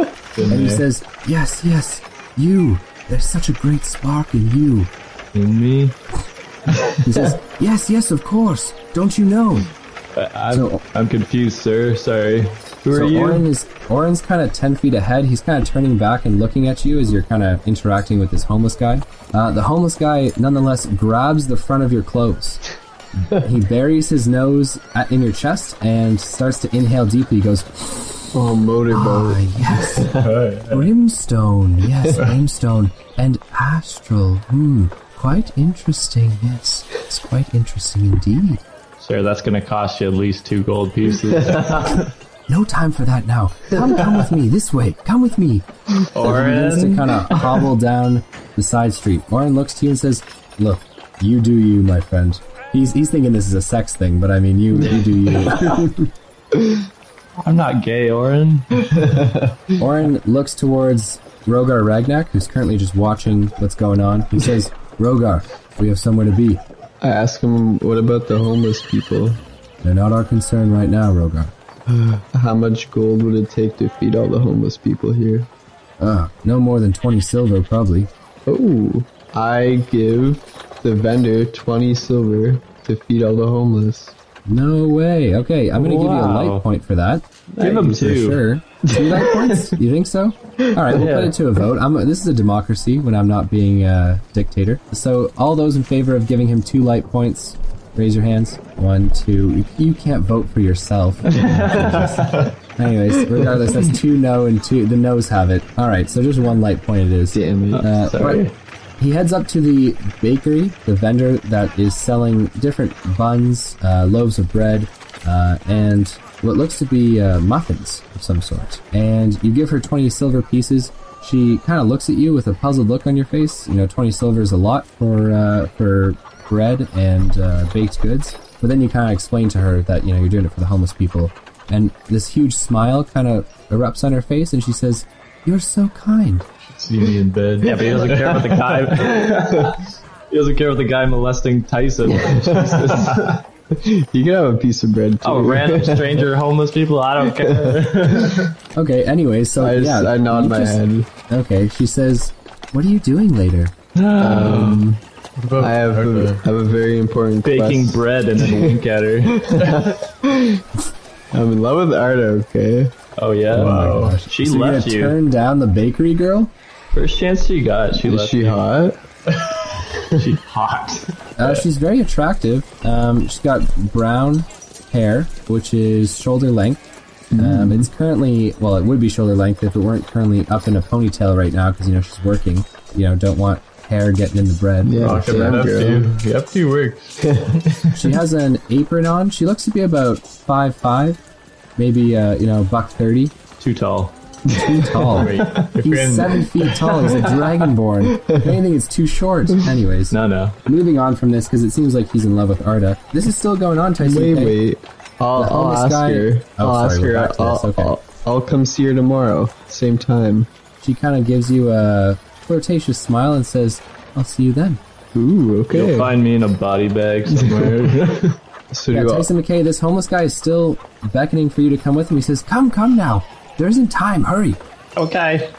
Speaker 3: he says, "Yes, yes, you. There's such a great spark in you."
Speaker 2: In me?
Speaker 3: He says, "Yes, yes, of course. Don't you know?"
Speaker 2: Uh, I- I'm,
Speaker 3: So-
Speaker 2: I'm confused, sir. Sorry. Who are
Speaker 3: so
Speaker 2: you?
Speaker 3: Orin is Orin's kind of ten feet ahead. He's kind of turning back and looking at you as you're kind of interacting with this homeless guy. Uh, the homeless guy, nonetheless, grabs the front of your clothes he buries his nose at, in your chest and starts to inhale deeply. He goes,
Speaker 4: Oh, motorboat.
Speaker 3: ah, yes,
Speaker 1: Alright.
Speaker 3: brimstone, yes, brimstone, and astral. Hmm, quite interesting. Yes, it's quite interesting indeed.
Speaker 2: Sir, that's going to cost you at least two gold pieces.
Speaker 3: No time for that now. Come, come with me this way. Come with me. begins to
Speaker 2: Oren,
Speaker 3: kind of hobble down the side street. Oren looks to you and says, "Look, you do you, my friend." He's he's thinking this is a sex thing, but I mean, you you do you.
Speaker 2: I'm not gay, Oren.
Speaker 3: Oren looks towards Rogar Ragnak, who's currently just watching what's going on. He says, "Rogar, we have somewhere to be.
Speaker 4: I ask him, what about the homeless people?
Speaker 3: They're not our concern right now, Rogar."
Speaker 4: How much gold would it take to feed all the homeless people here?
Speaker 3: Ah, no more than twenty silver, probably.
Speaker 4: Oh, I give the vendor 20 silver to feed all the homeless.
Speaker 3: No way. Okay, I'm gonna give you a
Speaker 2: Wow.
Speaker 3: light point for that.
Speaker 2: Give him
Speaker 3: For
Speaker 2: two.
Speaker 3: sure. Two light points? You think so? All right, we'll put it to a vote. I'm, this is a democracy when I'm not being a dictator. So, all those in favor of giving him two light points, raise your hands. One, two. You, you can't vote for yourself. Anyways, regardless, that's two no and two. The no's have it. All right, so just one light point it is.
Speaker 4: Damn it.
Speaker 3: Uh,
Speaker 2: Sorry.
Speaker 3: but He heads up to the bakery, the vendor that is selling different buns, uh, loaves of bread, uh, and what looks to be uh, muffins of some sort. And you give her 20 silver pieces. She kind of looks at you with a puzzled look on your face. You know, 20 silver is a lot for uh, for bread and uh, baked goods. But then you kind of explain to her that you know you're doing it for the homeless people, and this huge smile kind of erupts on her face, and she says, "You're so kind."
Speaker 1: See me in bed.
Speaker 2: Yeah, but he doesn't care about the guy. he doesn't care about the guy molesting Tyson.
Speaker 4: You could have a piece of bread too.
Speaker 2: oh, random stranger, homeless people. I don't care.
Speaker 3: Okay. Anyway, so
Speaker 4: I, just,
Speaker 3: yeah,
Speaker 4: I nod
Speaker 3: you
Speaker 4: my
Speaker 3: just-
Speaker 4: head.
Speaker 3: Okay. She says, "What are you doing later?"
Speaker 1: What about
Speaker 4: Um, I have a,
Speaker 1: Arda?
Speaker 4: have a very important
Speaker 2: Baking
Speaker 4: quest.
Speaker 2: bread and then wink at her.
Speaker 4: I'm in love with Arda, okay?
Speaker 2: Oh yeah.
Speaker 1: Wow.
Speaker 2: She
Speaker 3: So you're
Speaker 2: left
Speaker 3: gonna
Speaker 2: you.
Speaker 3: turn down the bakery girl?
Speaker 2: First chance she got, she
Speaker 4: Is
Speaker 2: left.
Speaker 4: she
Speaker 2: you.
Speaker 4: hot?
Speaker 2: She hot.
Speaker 3: Uh, she's very attractive. Um, she's got brown hair, which is shoulder length.
Speaker 4: Mm-hmm.
Speaker 3: Um, it's currently well, it would be shoulder length if it weren't currently up in a ponytail right now because you know she's working. You know, don't want hair getting in the bread.
Speaker 4: Yeah,
Speaker 1: Rocking
Speaker 4: damn
Speaker 1: that up
Speaker 4: girl.
Speaker 1: to you. Yep, to works.
Speaker 3: She has an apron on. She looks to be about five five, maybe uh, you know buck thirty.
Speaker 2: Too tall.
Speaker 3: Too tall.
Speaker 1: Wait, if
Speaker 3: He's
Speaker 1: you're in,
Speaker 3: seven feet tall. He's a dragonborn. If anything, it's too short. Anyways,
Speaker 2: No, no.
Speaker 3: moving on from this because it seems like he's in love with Arda. This is still going on, Tyson.
Speaker 4: Wait,
Speaker 3: okay?
Speaker 4: wait. I'll,
Speaker 3: The
Speaker 4: I'll
Speaker 3: homeless
Speaker 4: ask
Speaker 3: guy-
Speaker 4: her.
Speaker 3: Oh, sorry,
Speaker 4: I'll ask
Speaker 3: we're
Speaker 4: her.
Speaker 3: back to
Speaker 4: I'll,
Speaker 3: this, okay.
Speaker 4: I'll, I'll come see her tomorrow, same time.
Speaker 3: She kind of gives you a flirtatious smile and says, "I'll see you then."
Speaker 4: Ooh,
Speaker 2: You'll
Speaker 4: okay.
Speaker 2: find me in a body bag somewhere.
Speaker 4: So
Speaker 3: Yeah,
Speaker 4: do I,
Speaker 3: Tyson McKay. This homeless guy is still beckoning for you to come with him. He says, "Come, come now. There isn't time. Hurry."
Speaker 2: okay.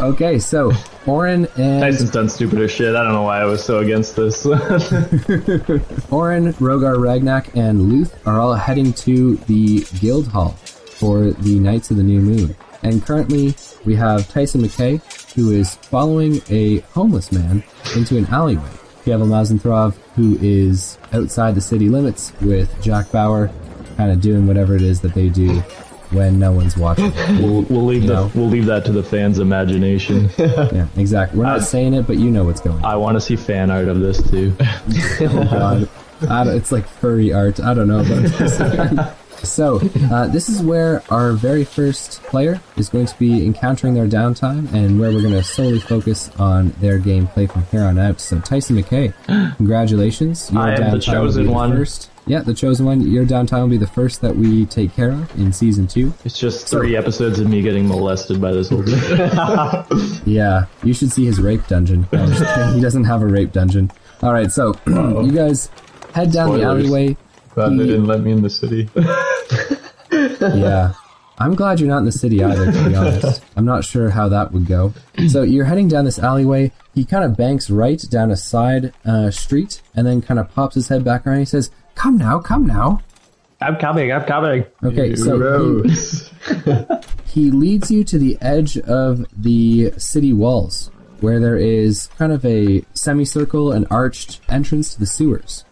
Speaker 3: Okay, so Oren and
Speaker 2: Tyson's done stupider shit. I don't know why I was so against this.
Speaker 3: Oren, Rogar, Ragnak, and Luth are all heading to the guild hall for the Knights of the New Moon. And currently, we have Tyson McKay, who is following a homeless man into an alleyway. We have Mazanthrov, who is outside the city limits with Jack Bauer, kind of doing whatever it is that they do when no one's watching.
Speaker 2: we'll, we'll leave the,
Speaker 3: know.
Speaker 2: we'll leave that to the fans' imagination.
Speaker 3: yeah, exactly. We're not saying it, but you know what's going on.
Speaker 2: I want to see fan art of this too.
Speaker 3: God. I don't- it's like furry art. I don't know about this. so, uh, this is where our very first player is going to be encountering their downtime and where we're going to solely focus on their gameplay from here on out. So, Tyson McKay, congratulations. Your
Speaker 2: I am the
Speaker 3: downtime will be
Speaker 2: chosen one.
Speaker 3: First. Yeah, the chosen one. Your downtime will be the first that we take care of in season two.
Speaker 2: It's just three episodes of me getting molested by this old.
Speaker 3: Yeah, you should see his rape dungeon. No, I'm just kidding. he doesn't have a rape dungeon. All right, so you guys head down the
Speaker 1: Spoilers.
Speaker 3: alleyway.
Speaker 1: Glad they didn't let me in the city.
Speaker 3: Yeah. I'm glad you're not in the city either, to be honest. I'm not sure how that would go. So you're heading down this alleyway. He kind of banks right down a side uh, street and then kind of pops his head back around. He says, Come now, come now.
Speaker 2: I'm coming. I'm coming.
Speaker 3: Okay,
Speaker 4: oh.
Speaker 3: so he,
Speaker 4: Gross.
Speaker 3: he leads you to the edge of the city walls where there is kind of a semicircle and arched entrance to the sewers.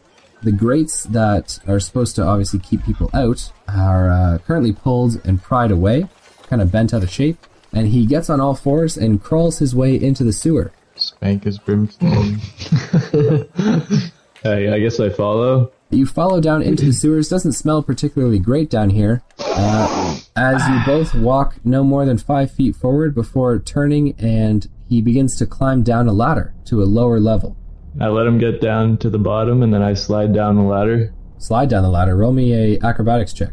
Speaker 3: The grates that are supposed to obviously keep people out are uh, currently pulled and pried away, kind of bent out of shape. And he gets on all fours and crawls his way into the sewer.
Speaker 1: Spank his brimstone.
Speaker 2: I, I guess I follow.
Speaker 3: You follow down into the sewers. Doesn't smell particularly great down here. Uh, as you both walk no more than five feet forward before turning, and he begins to climb down a ladder to a lower level.
Speaker 2: I let him get down to the bottom, and then I slide down the ladder.
Speaker 3: Slide down the ladder. Roll me a acrobatics check.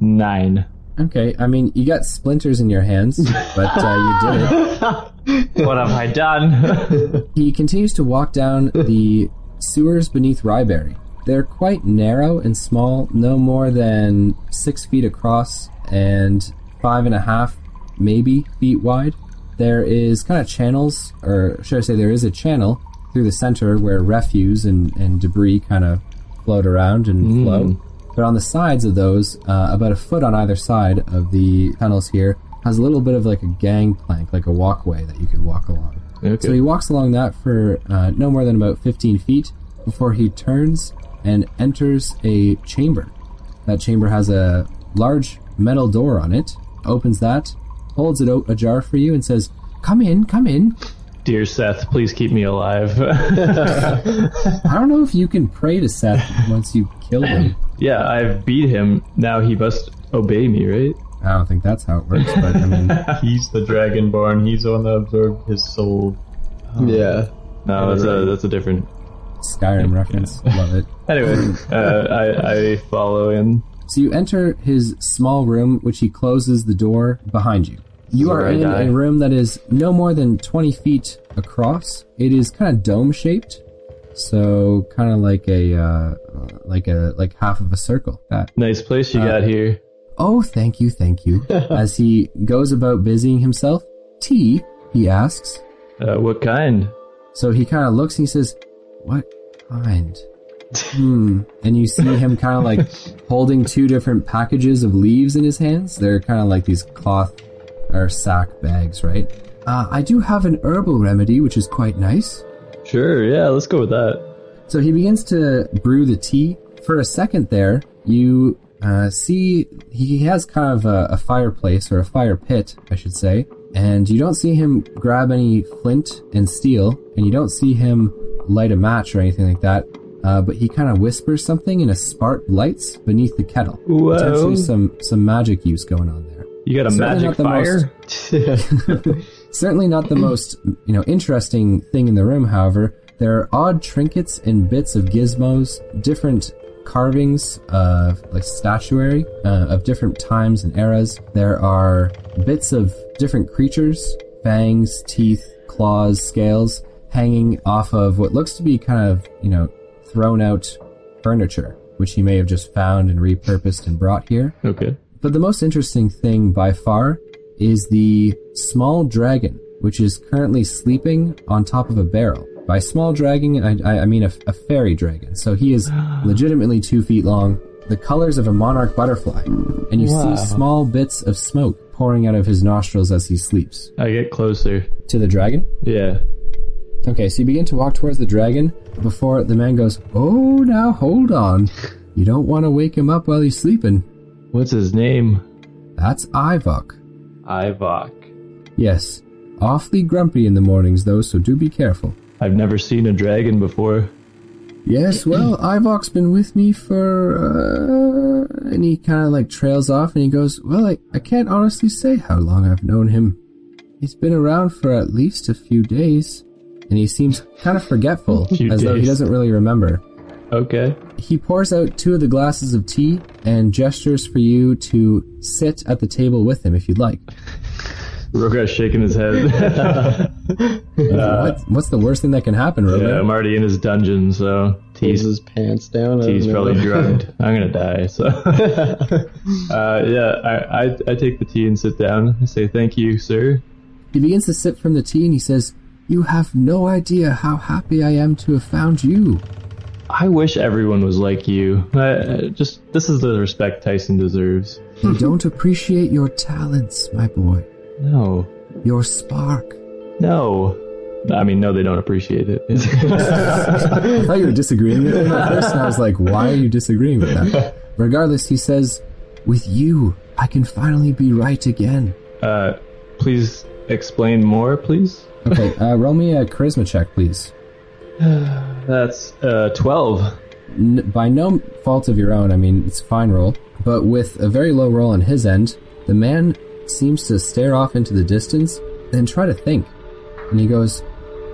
Speaker 2: Nine.
Speaker 3: Okay, I mean you got splinters in your hands, but uh, you did it.
Speaker 2: What have I done?
Speaker 3: He continues to walk down the sewers beneath Ryberry. They're quite narrow and small, no more than six feet across and five and a half, maybe, feet wide. There is kind of channels, or should I say, there is a channel through the center where refuse and, and debris kind of float around and flow. But on the sides of those, uh, about a foot on either side of the tunnels here, has a little bit of like a gangplank, like a walkway that you could walk along. So he walks along that for uh, no more than about 15 feet before he turns and enters a chamber. That chamber has a large metal door on it, opens that, holds it o- ajar for you, and says, Come in, come in.
Speaker 2: Dear Seth, please keep me alive.
Speaker 3: I don't know if you can pray to Seth once you kill him.
Speaker 2: yeah, I've beat him. Now he must obey me, right?
Speaker 3: I don't think that's how it works, but I mean,
Speaker 1: He's the dragonborn. He's the one that absorbed his soul.
Speaker 4: Yeah.
Speaker 2: No, that's a that's a different.
Speaker 3: Skyrim reference. Love it.
Speaker 2: Anyway, uh, I I follow in.
Speaker 3: So you enter his small room, which he closes the door behind you. You are
Speaker 2: Where I
Speaker 3: in
Speaker 2: die.
Speaker 3: a room that is no more than 20 feet across. It is kind of dome shaped, so kind of like a uh, like a like half of a circle. That.
Speaker 2: Nice place you got here.
Speaker 3: Oh, thank you, thank you. As he goes about busying himself, tea he asks.
Speaker 2: Uh, what kind?
Speaker 3: So he kind of looks and he says, "What kind?" Hmm. And you see him kind of like holding two different packages of leaves in his hands. They're kind of like these cloth or sack bags, right? Uh, I do have an herbal remedy, which is quite nice.
Speaker 2: Sure, yeah, let's go with that.
Speaker 3: So he begins to brew the tea. For a second there, you uh, see he has kind of a, a fireplace or a fire pit, I should say. And you don't see him grab any flint and steel, and you don't see him light a match or anything like that. Uh, but he kind of whispers something, and a spark lights beneath the kettle.
Speaker 2: Whoa.
Speaker 3: Potentially some some magic use going on there.
Speaker 2: You got a
Speaker 3: Certainly
Speaker 2: magic
Speaker 3: not the
Speaker 2: fire?
Speaker 3: most- Certainly not the most, you know, interesting thing in the room, however. There are odd trinkets and bits of gizmos, different carvings of like statuary uh, of different times and eras. There are bits of different creatures, fangs, teeth, claws, scales hanging off of what looks to be kind of, you know, thrown out furniture, which he may have just found and repurposed and brought here.
Speaker 2: Okay.
Speaker 3: But the most interesting thing by far is the small dragon, which is currently sleeping on top of a barrel. By small dragon, I, I- I mean a, a fairy dragon. So he is legitimately two feet long, the colors of a monarch butterfly, and you see small bits of smoke pouring out of his nostrils as he sleeps.
Speaker 2: I get closer.
Speaker 3: To the dragon?
Speaker 2: Yeah.
Speaker 3: Okay, so you begin to walk towards the dragon before the man goes, Oh, now hold on. You don't want to wake him up while he's sleeping.
Speaker 2: What's his name?
Speaker 3: That's Ivok.
Speaker 2: Ivok.
Speaker 3: Yes. Awfully grumpy in the mornings, though, so do be careful.
Speaker 2: I've never seen a dragon before.
Speaker 3: Yes, well, Ivok's been with me for. Uh, and he kind of like trails off and he goes, Well, I, I can't honestly say how long I've known him. He's been around for at least a few days. And he seems kind of forgetful, as
Speaker 2: Few
Speaker 3: though he
Speaker 2: days.
Speaker 3: doesn't really remember.
Speaker 2: Okay.
Speaker 3: He pours out two of the glasses of tea and gestures for you to sit at the table with him if you'd like.
Speaker 2: Rogar's shaking his head.
Speaker 3: What, what's the worst thing that can happen, Rogan?
Speaker 2: yeah, I'm already in his dungeon, so
Speaker 4: Pulls
Speaker 2: he's
Speaker 4: his pants
Speaker 3: uh,
Speaker 4: down. I don't
Speaker 2: he's
Speaker 4: know.
Speaker 2: probably drugged. I'm gonna die. So, uh, yeah, I, I I take the tea and sit down. I say thank you, sir.
Speaker 3: He begins to sip from the tea and he says, You have no idea how happy I am to have found you.
Speaker 2: I wish everyone was like you. I, I just this is the respect Tyson deserves.
Speaker 3: I don't appreciate your talents, my boy.
Speaker 2: No,
Speaker 3: Your spark.
Speaker 2: no, I mean, no, they don't appreciate it.
Speaker 3: I thought you were disagreeing with him at first, and I was like, why are you disagreeing with that? Regardless, he says, with you, I can finally be right again.
Speaker 2: uh, please explain more, please.
Speaker 3: Okay, uh, roll me a charisma check, please.
Speaker 2: That's uh, 12.
Speaker 3: N- by no fault of your own, I mean, it's a fine roll, but with a very low roll on his end, the man seems to stare off into the distance and try to think. And he goes,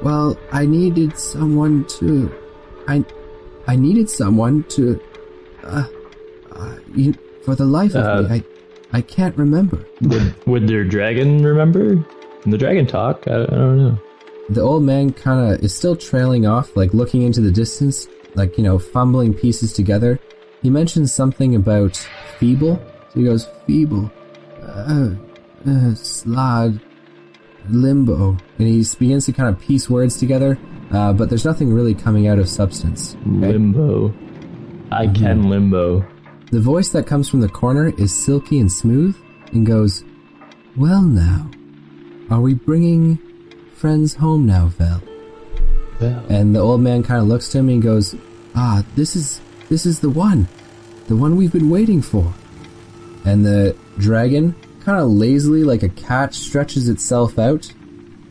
Speaker 3: Well, I needed someone to. I. I needed someone to. Uh, uh, you, for the life of
Speaker 2: Uh,
Speaker 3: me, I. I can't remember.
Speaker 2: Would their dragon remember? Can the dragon talk? I, I don't know.
Speaker 3: The old man kind of is still trailing off, like looking into the distance, like, you know, fumbling pieces together. He mentions something about feeble. So he goes, feeble, uh, uh, slod, limbo. And he begins to kind of piece words together, uh, but there's nothing really coming out of substance.
Speaker 2: Limbo. I can limbo.
Speaker 3: The voice that comes from the corner is silky and smooth and goes, Well, now, are we bringing friends home now, Val? And the old man kind of looks to him and goes, "Ah, this is this is the one, the one we've been waiting for." And the dragon kind of lazily, like a cat, stretches itself out,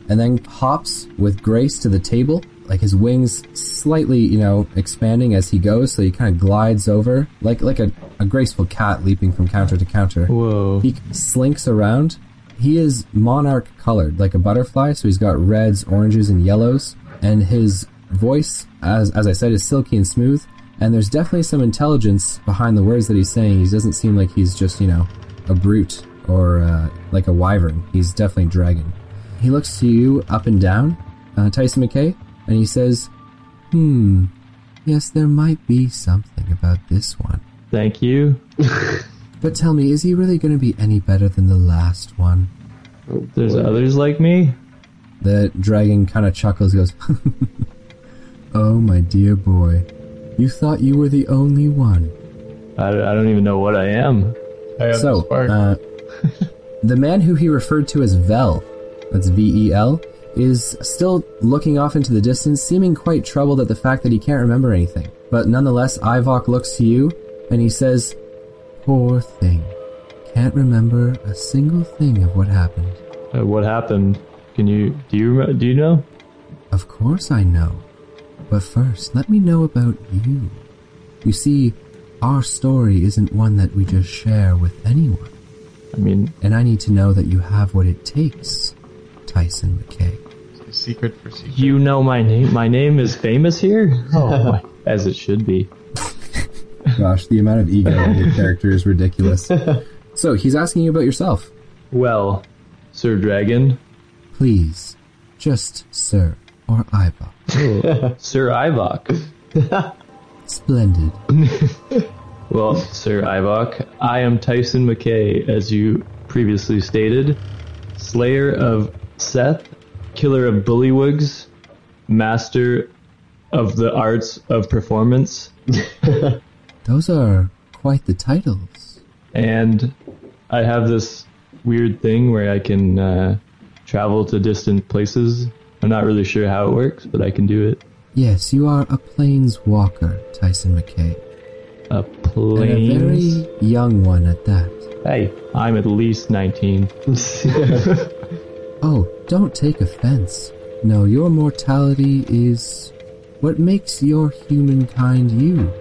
Speaker 3: and then hops with grace to the table, like his wings slightly, you know, expanding as he goes. So he kind of glides over, like like a, a graceful cat leaping from counter to counter.
Speaker 2: Whoa.
Speaker 3: He slinks around. He is monarch colored, like a butterfly, so he's got reds, oranges, and yellows. And his voice, as, as I said, is silky and smooth. And there's definitely some intelligence behind the words that he's saying. He doesn't seem like he's just, you know, a brute or uh, like a wyvern. He's definitely a dragon. He looks to you up and down, uh, Tyson McKay, and he says, Hmm, yes, there might be something about this one.
Speaker 2: Thank you.
Speaker 3: But tell me, is he really going to be any better than the last one?
Speaker 2: There's others like me.
Speaker 3: The dragon kind of chuckles, goes, Oh, my dear boy, you thought you were the only one.
Speaker 2: I, I don't even know what I am.
Speaker 1: I have
Speaker 3: So,
Speaker 1: the spark.
Speaker 3: uh, the man who he referred to as Vel, that's V E L, is still looking off into the distance, seeming quite troubled at the fact that he can't remember anything. But nonetheless, Ivok looks to you and he says, Poor thing. Can't remember a single thing of what happened.
Speaker 2: Uh, what happened? Can you do you rem- do you know?
Speaker 3: Of course I know. But first, let me know about you. You see, our story isn't one that we just share with anyone,
Speaker 2: I mean,
Speaker 3: and I need to know that you have what it takes, Tyson McKay.
Speaker 1: secret for secret.
Speaker 2: you know my name. My name is famous here. Oh, my. as it should be.
Speaker 3: Gosh, the amount of ego in your character is ridiculous. So he's asking you about yourself.
Speaker 2: Well, Sir Dragon,
Speaker 3: Please, just Sir or Iva.
Speaker 2: Sir Ivok.
Speaker 3: Splendid.
Speaker 2: Well, Sir Ivok, I am Tyson McKay, as you previously stated, Slayer of Seth, Killer of Bullywugs, Master of the Arts of Performance,
Speaker 3: Those are quite the titles.
Speaker 2: and I have this weird thing where I can uh, travel to distant places. I'm not really sure how it works, but I can do it.
Speaker 3: Yes, you are a planeswalker, Tyson McKay.
Speaker 2: A
Speaker 3: And a
Speaker 2: planes.
Speaker 3: very young one at that.
Speaker 2: Hey, I'm at least 19.
Speaker 3: Oh, don't take offense. No, your mortality is what makes your humankind you.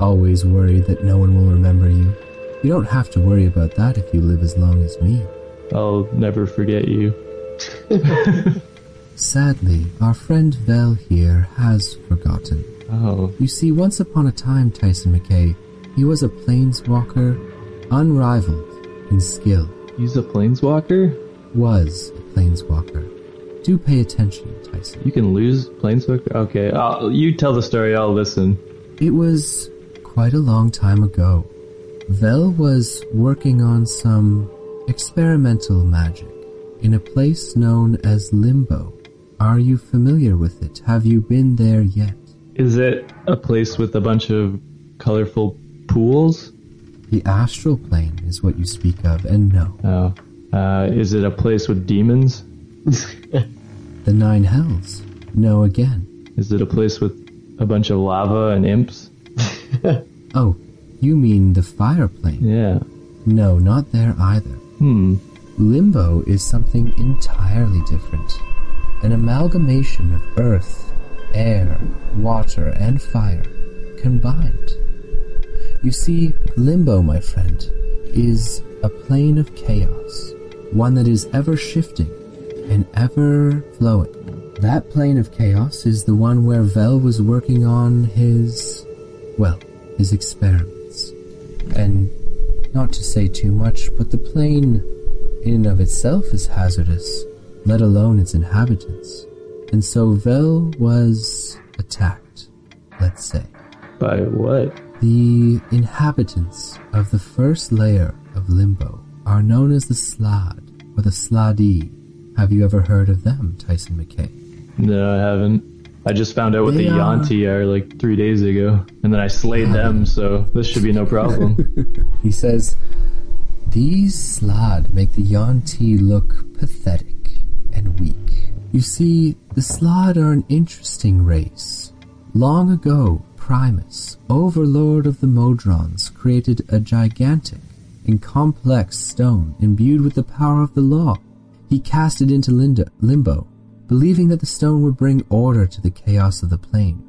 Speaker 3: Always worry that no one will remember you. You don't have to worry about that if you live as long as me.
Speaker 2: I'll never forget you.
Speaker 3: Sadly, our friend Vel here has forgotten.
Speaker 2: Oh,
Speaker 3: You see, once upon a time, Tyson McKay, he was a planeswalker unrivaled in skill.
Speaker 2: he's a planeswalker?
Speaker 3: Was a planeswalker. Do pay attention, Tyson.
Speaker 2: You can lose planeswalker. Okay, I'll, you tell the story. I'll listen.
Speaker 3: It was quite a long time ago. Vel was working on some experimental magic in a place known as Limbo. Are you familiar with it? Have you been there yet?
Speaker 2: Is it a place with a bunch of colorful pools?
Speaker 3: The astral plane is what you speak of, and no,
Speaker 2: Oh, uh, is it a place with demons?
Speaker 3: The Nine Hells. No again.
Speaker 2: Is it a place with a bunch of lava and imps?
Speaker 3: Oh, you mean the Fire Plane.
Speaker 2: Yeah.
Speaker 3: No, not there either.
Speaker 2: Hmm.
Speaker 3: Limbo is something entirely different. An amalgamation of earth, air, water, and fire combined. You see, limbo, my friend, is a plane of chaos, one that is ever shifting and ever flowing. That plane of chaos is the one where Vel was working on his, well, his experiments. And not to say too much, but the plane in and of itself is hazardous, let alone its inhabitants. And so Vel was attacked, let's say.
Speaker 2: By what?
Speaker 3: The inhabitants of the first layer of Limbo are known as the Slad, or the Sladi. Have you ever heard of them, Tyson McKay?
Speaker 2: No, I haven't. I just found out what
Speaker 3: They
Speaker 2: the
Speaker 3: are-
Speaker 2: Yanti are like three days ago, and then I slayed them, so this should be no problem.
Speaker 3: He says, These slad make the Yanti look pathetic and weak. You see, the slad are an interesting race. Long ago, Primus, overlord of the Modrons, created a gigantic and complex stone imbued with the power of the law. He cast it into Linda, Limbo, believing that the stone would bring order to the chaos of the plane.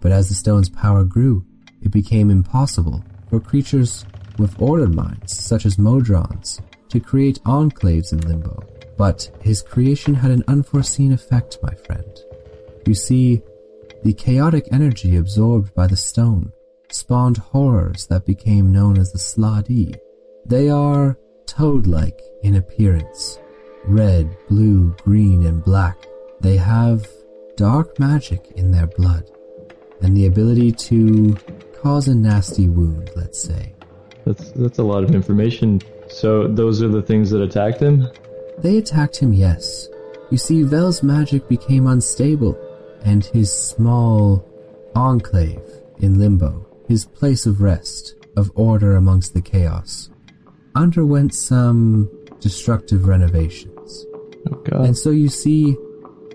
Speaker 3: But as the stone's power grew, it became impossible for creatures with ordered minds, such as Modrons, to create enclaves in Limbo. But his creation had an unforeseen effect, my friend. You see, the chaotic energy absorbed by the stone spawned horrors that became known as the Sladi. They are toad-like in appearance. Red, blue, green, and black. They have dark magic in their blood and the ability to cause a nasty wound, let's say.
Speaker 2: that's that's a lot of information. So those are the things that attacked him.
Speaker 3: They attacked him, yes. You see, Vel's magic became unstable, and his small enclave in limbo, his place of rest, of order amongst the chaos, underwent some destructive renovations.
Speaker 2: Oh God.
Speaker 3: And so you see,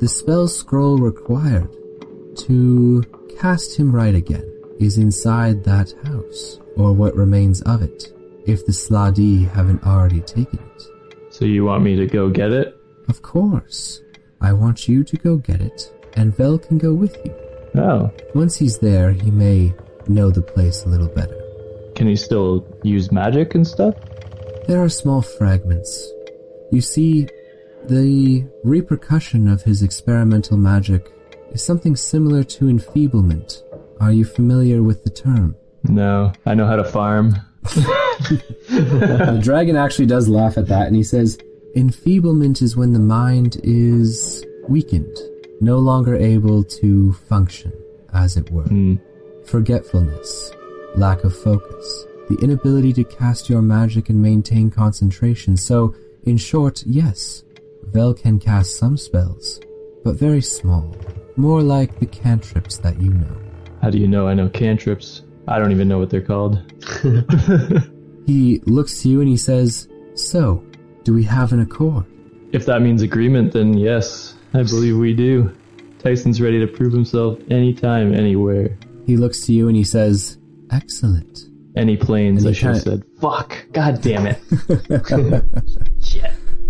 Speaker 3: the spell scroll required to cast him right again is inside that house, or what remains of it, if the Sladi haven't already taken it.
Speaker 2: So you want me to go get it?
Speaker 3: Of course, I want you to go get it, and Vel can go with you.
Speaker 2: Oh.
Speaker 3: Once he's there, he may know the place a little better.
Speaker 2: Can he still use magic and stuff?
Speaker 3: There are small fragments. You see, the repercussion of his experimental magic is something similar to enfeeblement. Are you familiar with the term?
Speaker 2: No. I know how to farm.
Speaker 3: The dragon actually does laugh at that and he says, Enfeeblement is when the mind is weakened, no longer able to function, as it were. Forgetfulness, lack of focus, the inability to cast your magic and maintain concentration. So, in short, yes, Vel can cast some spells, but very small, more like the cantrips that you know.
Speaker 2: How do you know I know cantrips? I don't even know what they're called.
Speaker 3: He looks to you and he says, So, do we have an accord?
Speaker 2: If that means agreement, then yes, I believe we do. Tyson's ready to prove himself anytime, anywhere.
Speaker 3: He looks to you and he says, Excellent.
Speaker 2: Any planes,
Speaker 3: And
Speaker 2: I
Speaker 3: he
Speaker 2: should have
Speaker 3: kinda-
Speaker 2: said. Fuck. God damn it.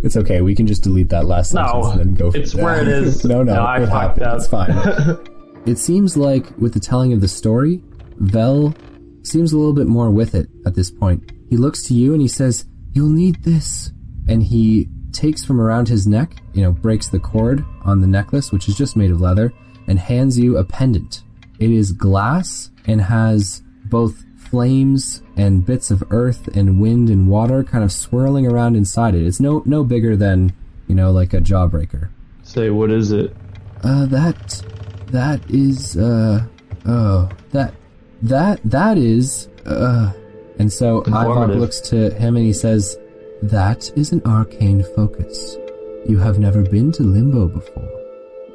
Speaker 3: It's okay. We can just delete that last
Speaker 2: No,
Speaker 3: sentence and then go. from
Speaker 2: it's
Speaker 3: there.
Speaker 2: where it is.
Speaker 3: no, no,
Speaker 2: No, I
Speaker 3: it
Speaker 2: fucked
Speaker 3: happened.
Speaker 2: up.
Speaker 3: It's fine. it seems like with the telling of the story, Vel seems a little bit more with it at this point. He looks to you and he says, "You'll need this," and he takes from around his neck, you know, breaks the cord on the necklace, which is just made of leather, and hands you a pendant. It is glass and has both flames and bits of earth and wind and water kind of swirling around inside it. It's no no bigger than, you know, like a jawbreaker.
Speaker 2: Say, what is it?
Speaker 3: Uh, that, that is, uh, oh, that, that, that is, uh, and so Ivok
Speaker 2: Informative.
Speaker 3: looks to him and he says, that is an arcane focus. You have never been to Limbo before,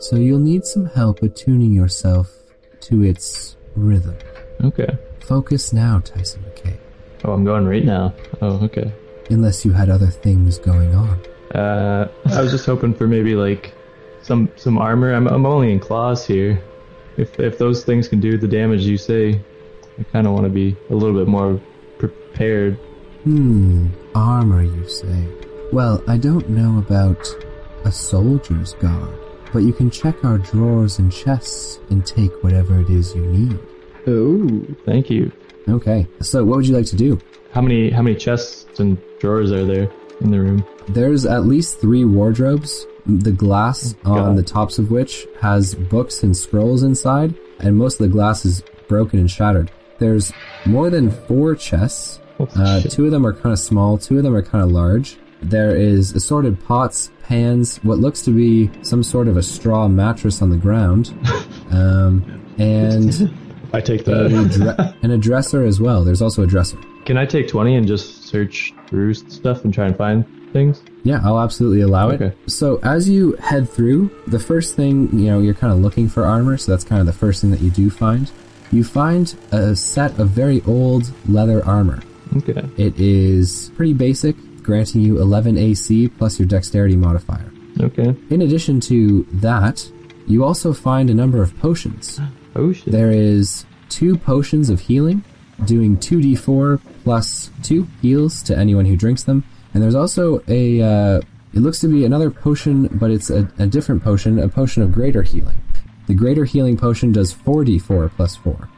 Speaker 3: so you'll need some help attuning yourself to its rhythm.
Speaker 2: Okay.
Speaker 3: Focus now, Tyson McKay,
Speaker 2: Oh, I'm going right now. Oh, okay.
Speaker 3: unless you had other things going on.
Speaker 2: Uh, I was just hoping for maybe like some some armor. I'm I'm only in claws here. If if those things can do the damage you say, I kind of want to be a little bit more prepared.
Speaker 3: Hmm, armor, you say? Well, I don't know about a soldier's guard, but you can check our drawers and chests and take whatever it is you need.
Speaker 4: Oh,
Speaker 2: Thank you.
Speaker 3: Okay, so what would you like to do?
Speaker 2: How many how many chests and drawers are there in the room?
Speaker 3: There's at least three wardrobes, the glass on
Speaker 2: God.
Speaker 3: the tops of which has books and scrolls inside, and most of the glass is broken and shattered. There's more than four chests.
Speaker 2: Holy
Speaker 3: Uh,
Speaker 2: shit.
Speaker 3: two of them are kind of small, two of them are kind of large. There is assorted pots, pans, what looks to be some sort of a straw mattress on the ground, um, and,
Speaker 2: I take
Speaker 3: a
Speaker 2: that.
Speaker 3: dre- and a dresser as well. There's also a dresser.
Speaker 2: Can I take 20 and just search through stuff and try and find things?
Speaker 3: Yeah, I'll absolutely allow it.
Speaker 2: Okay.
Speaker 3: So as you head through, the first thing, you know, you're kind of looking for armor, so that's kind of the first thing that you do find. You find a set of very old leather armor.
Speaker 2: Okay.
Speaker 3: It is pretty basic, granting you 11 AC plus your dexterity modifier.
Speaker 2: Okay.
Speaker 3: In addition to that, you also find a number of potions.
Speaker 2: Oh shit.
Speaker 3: There is two potions of healing, doing 2d4 plus 2 heals to anyone who drinks them. And there's also a, uh, it looks to be another potion, but it's a, a different potion, a potion of greater healing. The greater healing potion does 4d4 plus 4.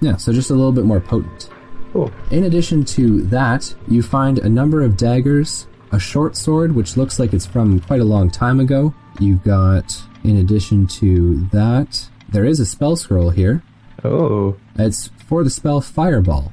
Speaker 3: Yeah, so just a little bit more potent.
Speaker 2: Cool.
Speaker 3: In addition to that, you find a number of daggers, a short sword, which looks like it's from quite a long time ago. You've got, in addition to that, there is a spell scroll here.
Speaker 2: Oh.
Speaker 3: It's for the spell Fireball.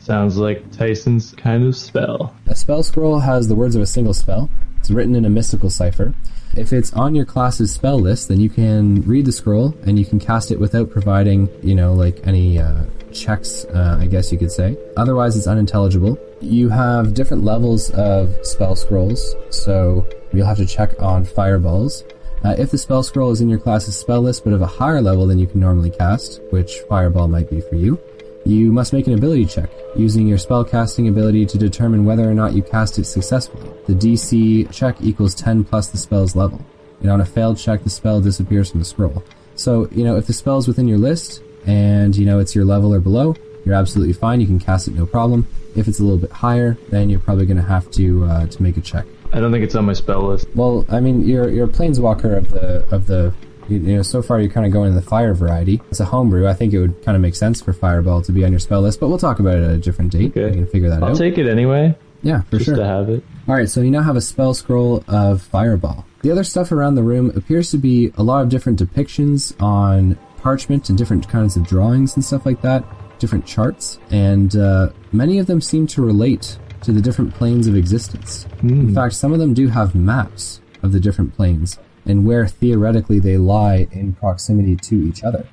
Speaker 2: Sounds like Tyson's kind of spell.
Speaker 3: A spell scroll has the words of a single spell. It's written in a mystical cipher. If it's on your class's spell list, then you can read the scroll and you can cast it without providing, you know, like any uh, checks, uh, I guess you could say. Otherwise, it's unintelligible. You have different levels of spell scrolls, so you'll have to check on fireballs. Uh, if the spell scroll is in your class's spell list but of a higher level than you can normally cast, which fireball might be for you, you must make an ability check using your spellcasting ability to determine whether or not you cast it successfully. The DC check equals 10 plus the spell's level. And on a failed check, the spell disappears from the scroll. So, you know, if the spell's within your list and, you know, it's your level or below, you're absolutely fine. You can cast it no problem. If it's a little bit higher, then you're probably going to have to uh, to make a check.
Speaker 2: I don't think it's on my spell list.
Speaker 3: Well, I mean, you're you're a planeswalker of the of the you, you know so far you're kind of going in the fire variety. It's a homebrew. I think it would kind of make sense for Fireball to be on your spell list, but we'll talk about it at a different date.
Speaker 2: Okay.
Speaker 3: We can figure that
Speaker 2: I'll
Speaker 3: out.
Speaker 2: take it anyway,
Speaker 3: yeah, for
Speaker 2: just
Speaker 3: sure.
Speaker 2: to have it.
Speaker 3: All right, so you now have a spell scroll of Fireball. The other stuff around the room appears to be a lot of different depictions on parchment and different kinds of drawings and stuff like that, different charts, and uh, many of them seem to relate to the different planes of existence. In fact, some of them do have maps of the different planes and where theoretically they lie in proximity to each other.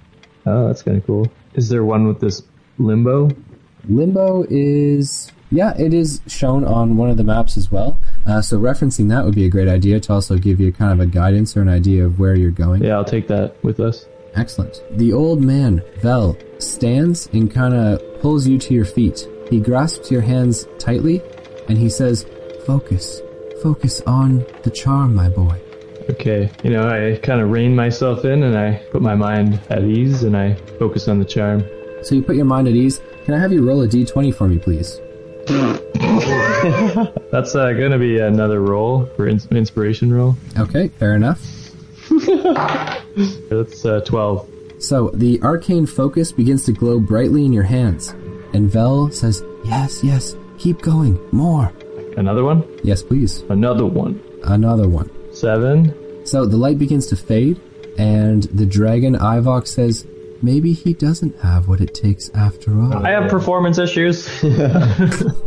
Speaker 2: Oh, that's kind of cool. Is there one with this limbo?
Speaker 3: Limbo is yeah, it is shown on one of the maps as well. Uh, so referencing that would be a great idea to also give you kind of a guidance or an idea of where you're going.
Speaker 2: Yeah, I'll take that with us.
Speaker 3: Excellent. The old man Vel stands and kind of pulls you to your feet. He grasps your hands tightly, and he says, "Focus, focus on the charm, my boy."
Speaker 2: Okay. You know, I kind of rein myself in and I put my mind at ease and I focus on the charm.
Speaker 3: So you put your mind at ease. Can I have you roll a d20 for me, please?
Speaker 2: That's uh, going to be another roll for ins- inspiration roll.
Speaker 3: Okay, fair enough.
Speaker 2: That's uh, 12.
Speaker 3: So the arcane focus begins to glow brightly in your hands, and Vel says, "Yes, yes, keep going, more."
Speaker 2: Another one?
Speaker 3: Yes, please.
Speaker 2: Another one.
Speaker 3: Another one.
Speaker 2: Seven.
Speaker 3: So the light begins to fade, and the dragon Ivok says, "Maybe he doesn't have what it takes after all."
Speaker 2: I have performance issues.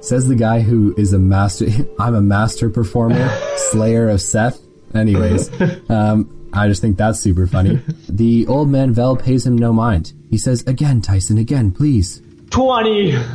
Speaker 3: Says the guy who is a master. I'm a master performer, slayer of Seth. Anyways, um, I just think that's super funny. The old man Vel pays him no mind. He says, "Again, Tyson, again, please."
Speaker 2: 20!
Speaker 3: Oh my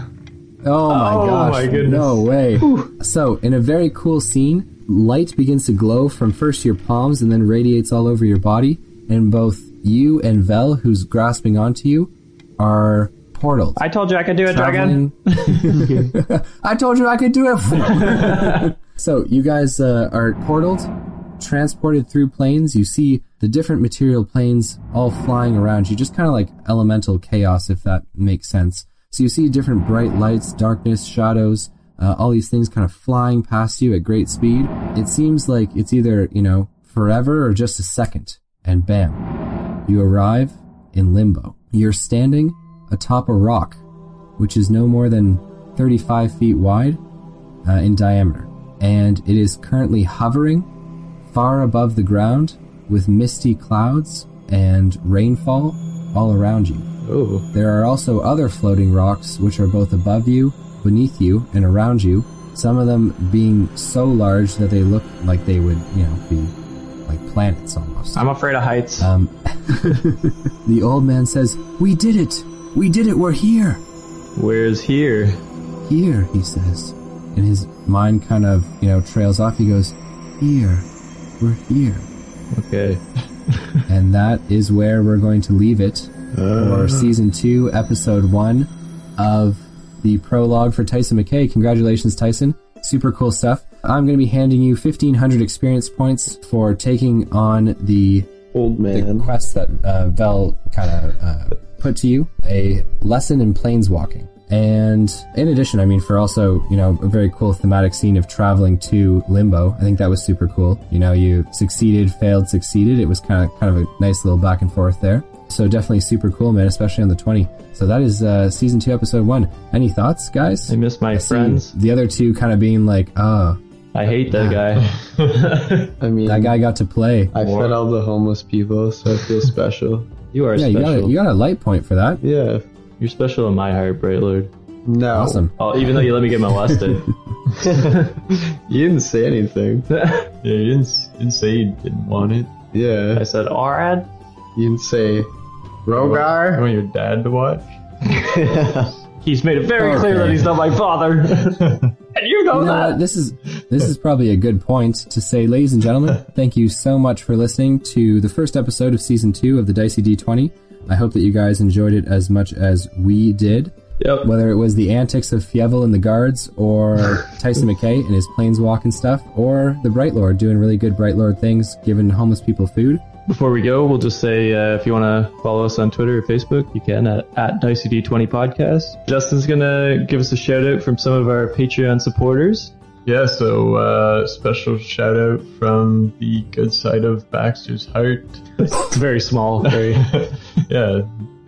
Speaker 2: Oh
Speaker 3: gosh.
Speaker 2: my goodness.
Speaker 3: No way. So, in a very cool scene, light begins to glow from first your palms and then radiates all over your body, and both you and Vel, who's grasping onto you, are portaled.
Speaker 2: I told you I could do it, Dragon.
Speaker 3: Traveling- I told you I could do it. so, you guys uh, are portaled transported through planes. You see the different material planes all flying around you, just kind of like elemental chaos, if that makes sense. So you see different bright lights, darkness, shadows, uh, all these things kind of flying past you at great speed. It seems like it's either, you know, forever or just a second. And bam, you arrive in limbo. You're standing atop a rock, which is no more than 35 feet wide uh, in diameter. And it is currently hovering far above the ground with misty clouds and rainfall all around you.
Speaker 2: Oh,
Speaker 3: There are also other floating rocks which are both above you, beneath you, and around you, some of them being so large that they look like they would, you know, be like planets almost.
Speaker 2: I'm afraid of heights.
Speaker 3: Um, the old man says, We did it! We did it! We're here!
Speaker 2: Where's here?
Speaker 3: Here, he says. And his mind kind of, you know, trails off. He goes, Here, we're here.
Speaker 2: Okay.
Speaker 3: and that is where we're going to leave it
Speaker 2: Ah.
Speaker 3: for season two, episode one of the prologue for Tyson McKay. Congratulations, Tyson. Super cool stuff. I'm going to be handing you 1,500 experience points for taking on the
Speaker 4: Old
Speaker 3: the
Speaker 4: man.
Speaker 3: quest that uh, Vel kind of uh, put to you a lesson in planeswalking. And in addition, I mean, for also, you know, a very cool thematic scene of traveling to Limbo. I think that was super cool. You know, you succeeded, failed, succeeded. It was kind of kind of a nice little back and forth there. So definitely super cool, man, especially on the 20. So that is uh, season two, episode one. Any thoughts, guys?
Speaker 2: I miss my
Speaker 3: See
Speaker 2: friends.
Speaker 3: The other two kind of being like, oh,
Speaker 2: I hate that guy.
Speaker 4: I mean,
Speaker 3: that guy got to play.
Speaker 4: I fed all the homeless people, so I feel special.
Speaker 2: You are
Speaker 3: Yeah, you got,
Speaker 2: special.
Speaker 3: a, you got a light point for that.
Speaker 4: Yeah.
Speaker 2: You're special in my heart, Bright Lord.
Speaker 4: No.
Speaker 3: Awesome.
Speaker 2: Oh, even though you let me get molested.
Speaker 4: You didn't say anything.
Speaker 2: I
Speaker 1: Yeah, you didn't, s- you didn't say you didn't want it.
Speaker 4: Yeah.
Speaker 2: said, Arad?
Speaker 4: You didn't say
Speaker 1: You
Speaker 4: Rogar.
Speaker 1: want your dad to watch?
Speaker 2: He's made it very clear
Speaker 3: Okay.
Speaker 2: that he's not my father. and you know
Speaker 3: You know
Speaker 2: that.
Speaker 3: what? This is this is probably a good point to say, ladies and gentlemen. thank you so much for listening to the first episode of season two of the Dicey D20. I hope that you guys enjoyed it as much as we did.
Speaker 2: Yep.
Speaker 3: Whether it was the antics of Fievel and the guards, or Tyson McKay and his planeswalk and stuff, or the Bright Lord doing really good Bright Lord things, giving homeless people food.
Speaker 2: Before we go, we'll just say uh, if you want to follow us on Twitter or Facebook, you can at, at DiceyD20 Podcast. Justin's going to give us a shout out from some of our Patreon supporters.
Speaker 1: Yeah, so uh, special shout out from the good side of Baxter's heart.
Speaker 2: It's very small. Very,
Speaker 1: yeah,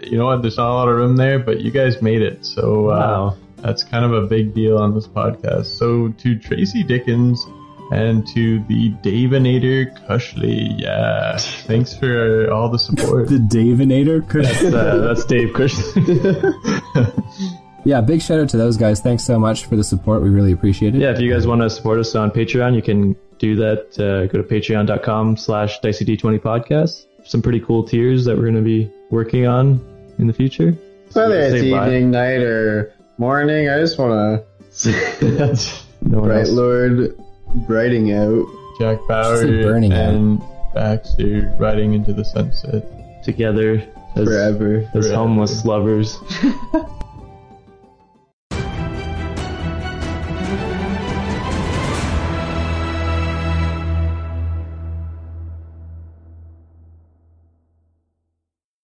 Speaker 1: you know what? There's not a lot of room there, but you guys made it. So uh,
Speaker 2: wow.
Speaker 1: that's kind of a big deal on this podcast. So to Tracy Dickens and to the Davinator Cushley, yeah, thanks for all the support.
Speaker 3: The Davinator,
Speaker 2: Uh, that's Dave Cushman.
Speaker 3: yeah, big shout out to those guys. Thanks so much for the support. We really appreciate it.
Speaker 2: yeah, if you guys want to support us on Patreon, you can do that. Uh, go to patreon.com slash DiceyD20 Podcast. Some pretty cool tiers that we're going to be working on in the future.
Speaker 4: Whether it's
Speaker 2: Say bye.
Speaker 4: evening, night, or morning, I just want to.
Speaker 2: No one
Speaker 4: Bright
Speaker 2: else.
Speaker 4: Lord, brighting out.
Speaker 1: Jack Bauer
Speaker 3: Just a burning
Speaker 1: and Baxter riding into the sunset.
Speaker 2: together as
Speaker 4: forever.
Speaker 2: as
Speaker 1: Forever.
Speaker 2: homeless lovers.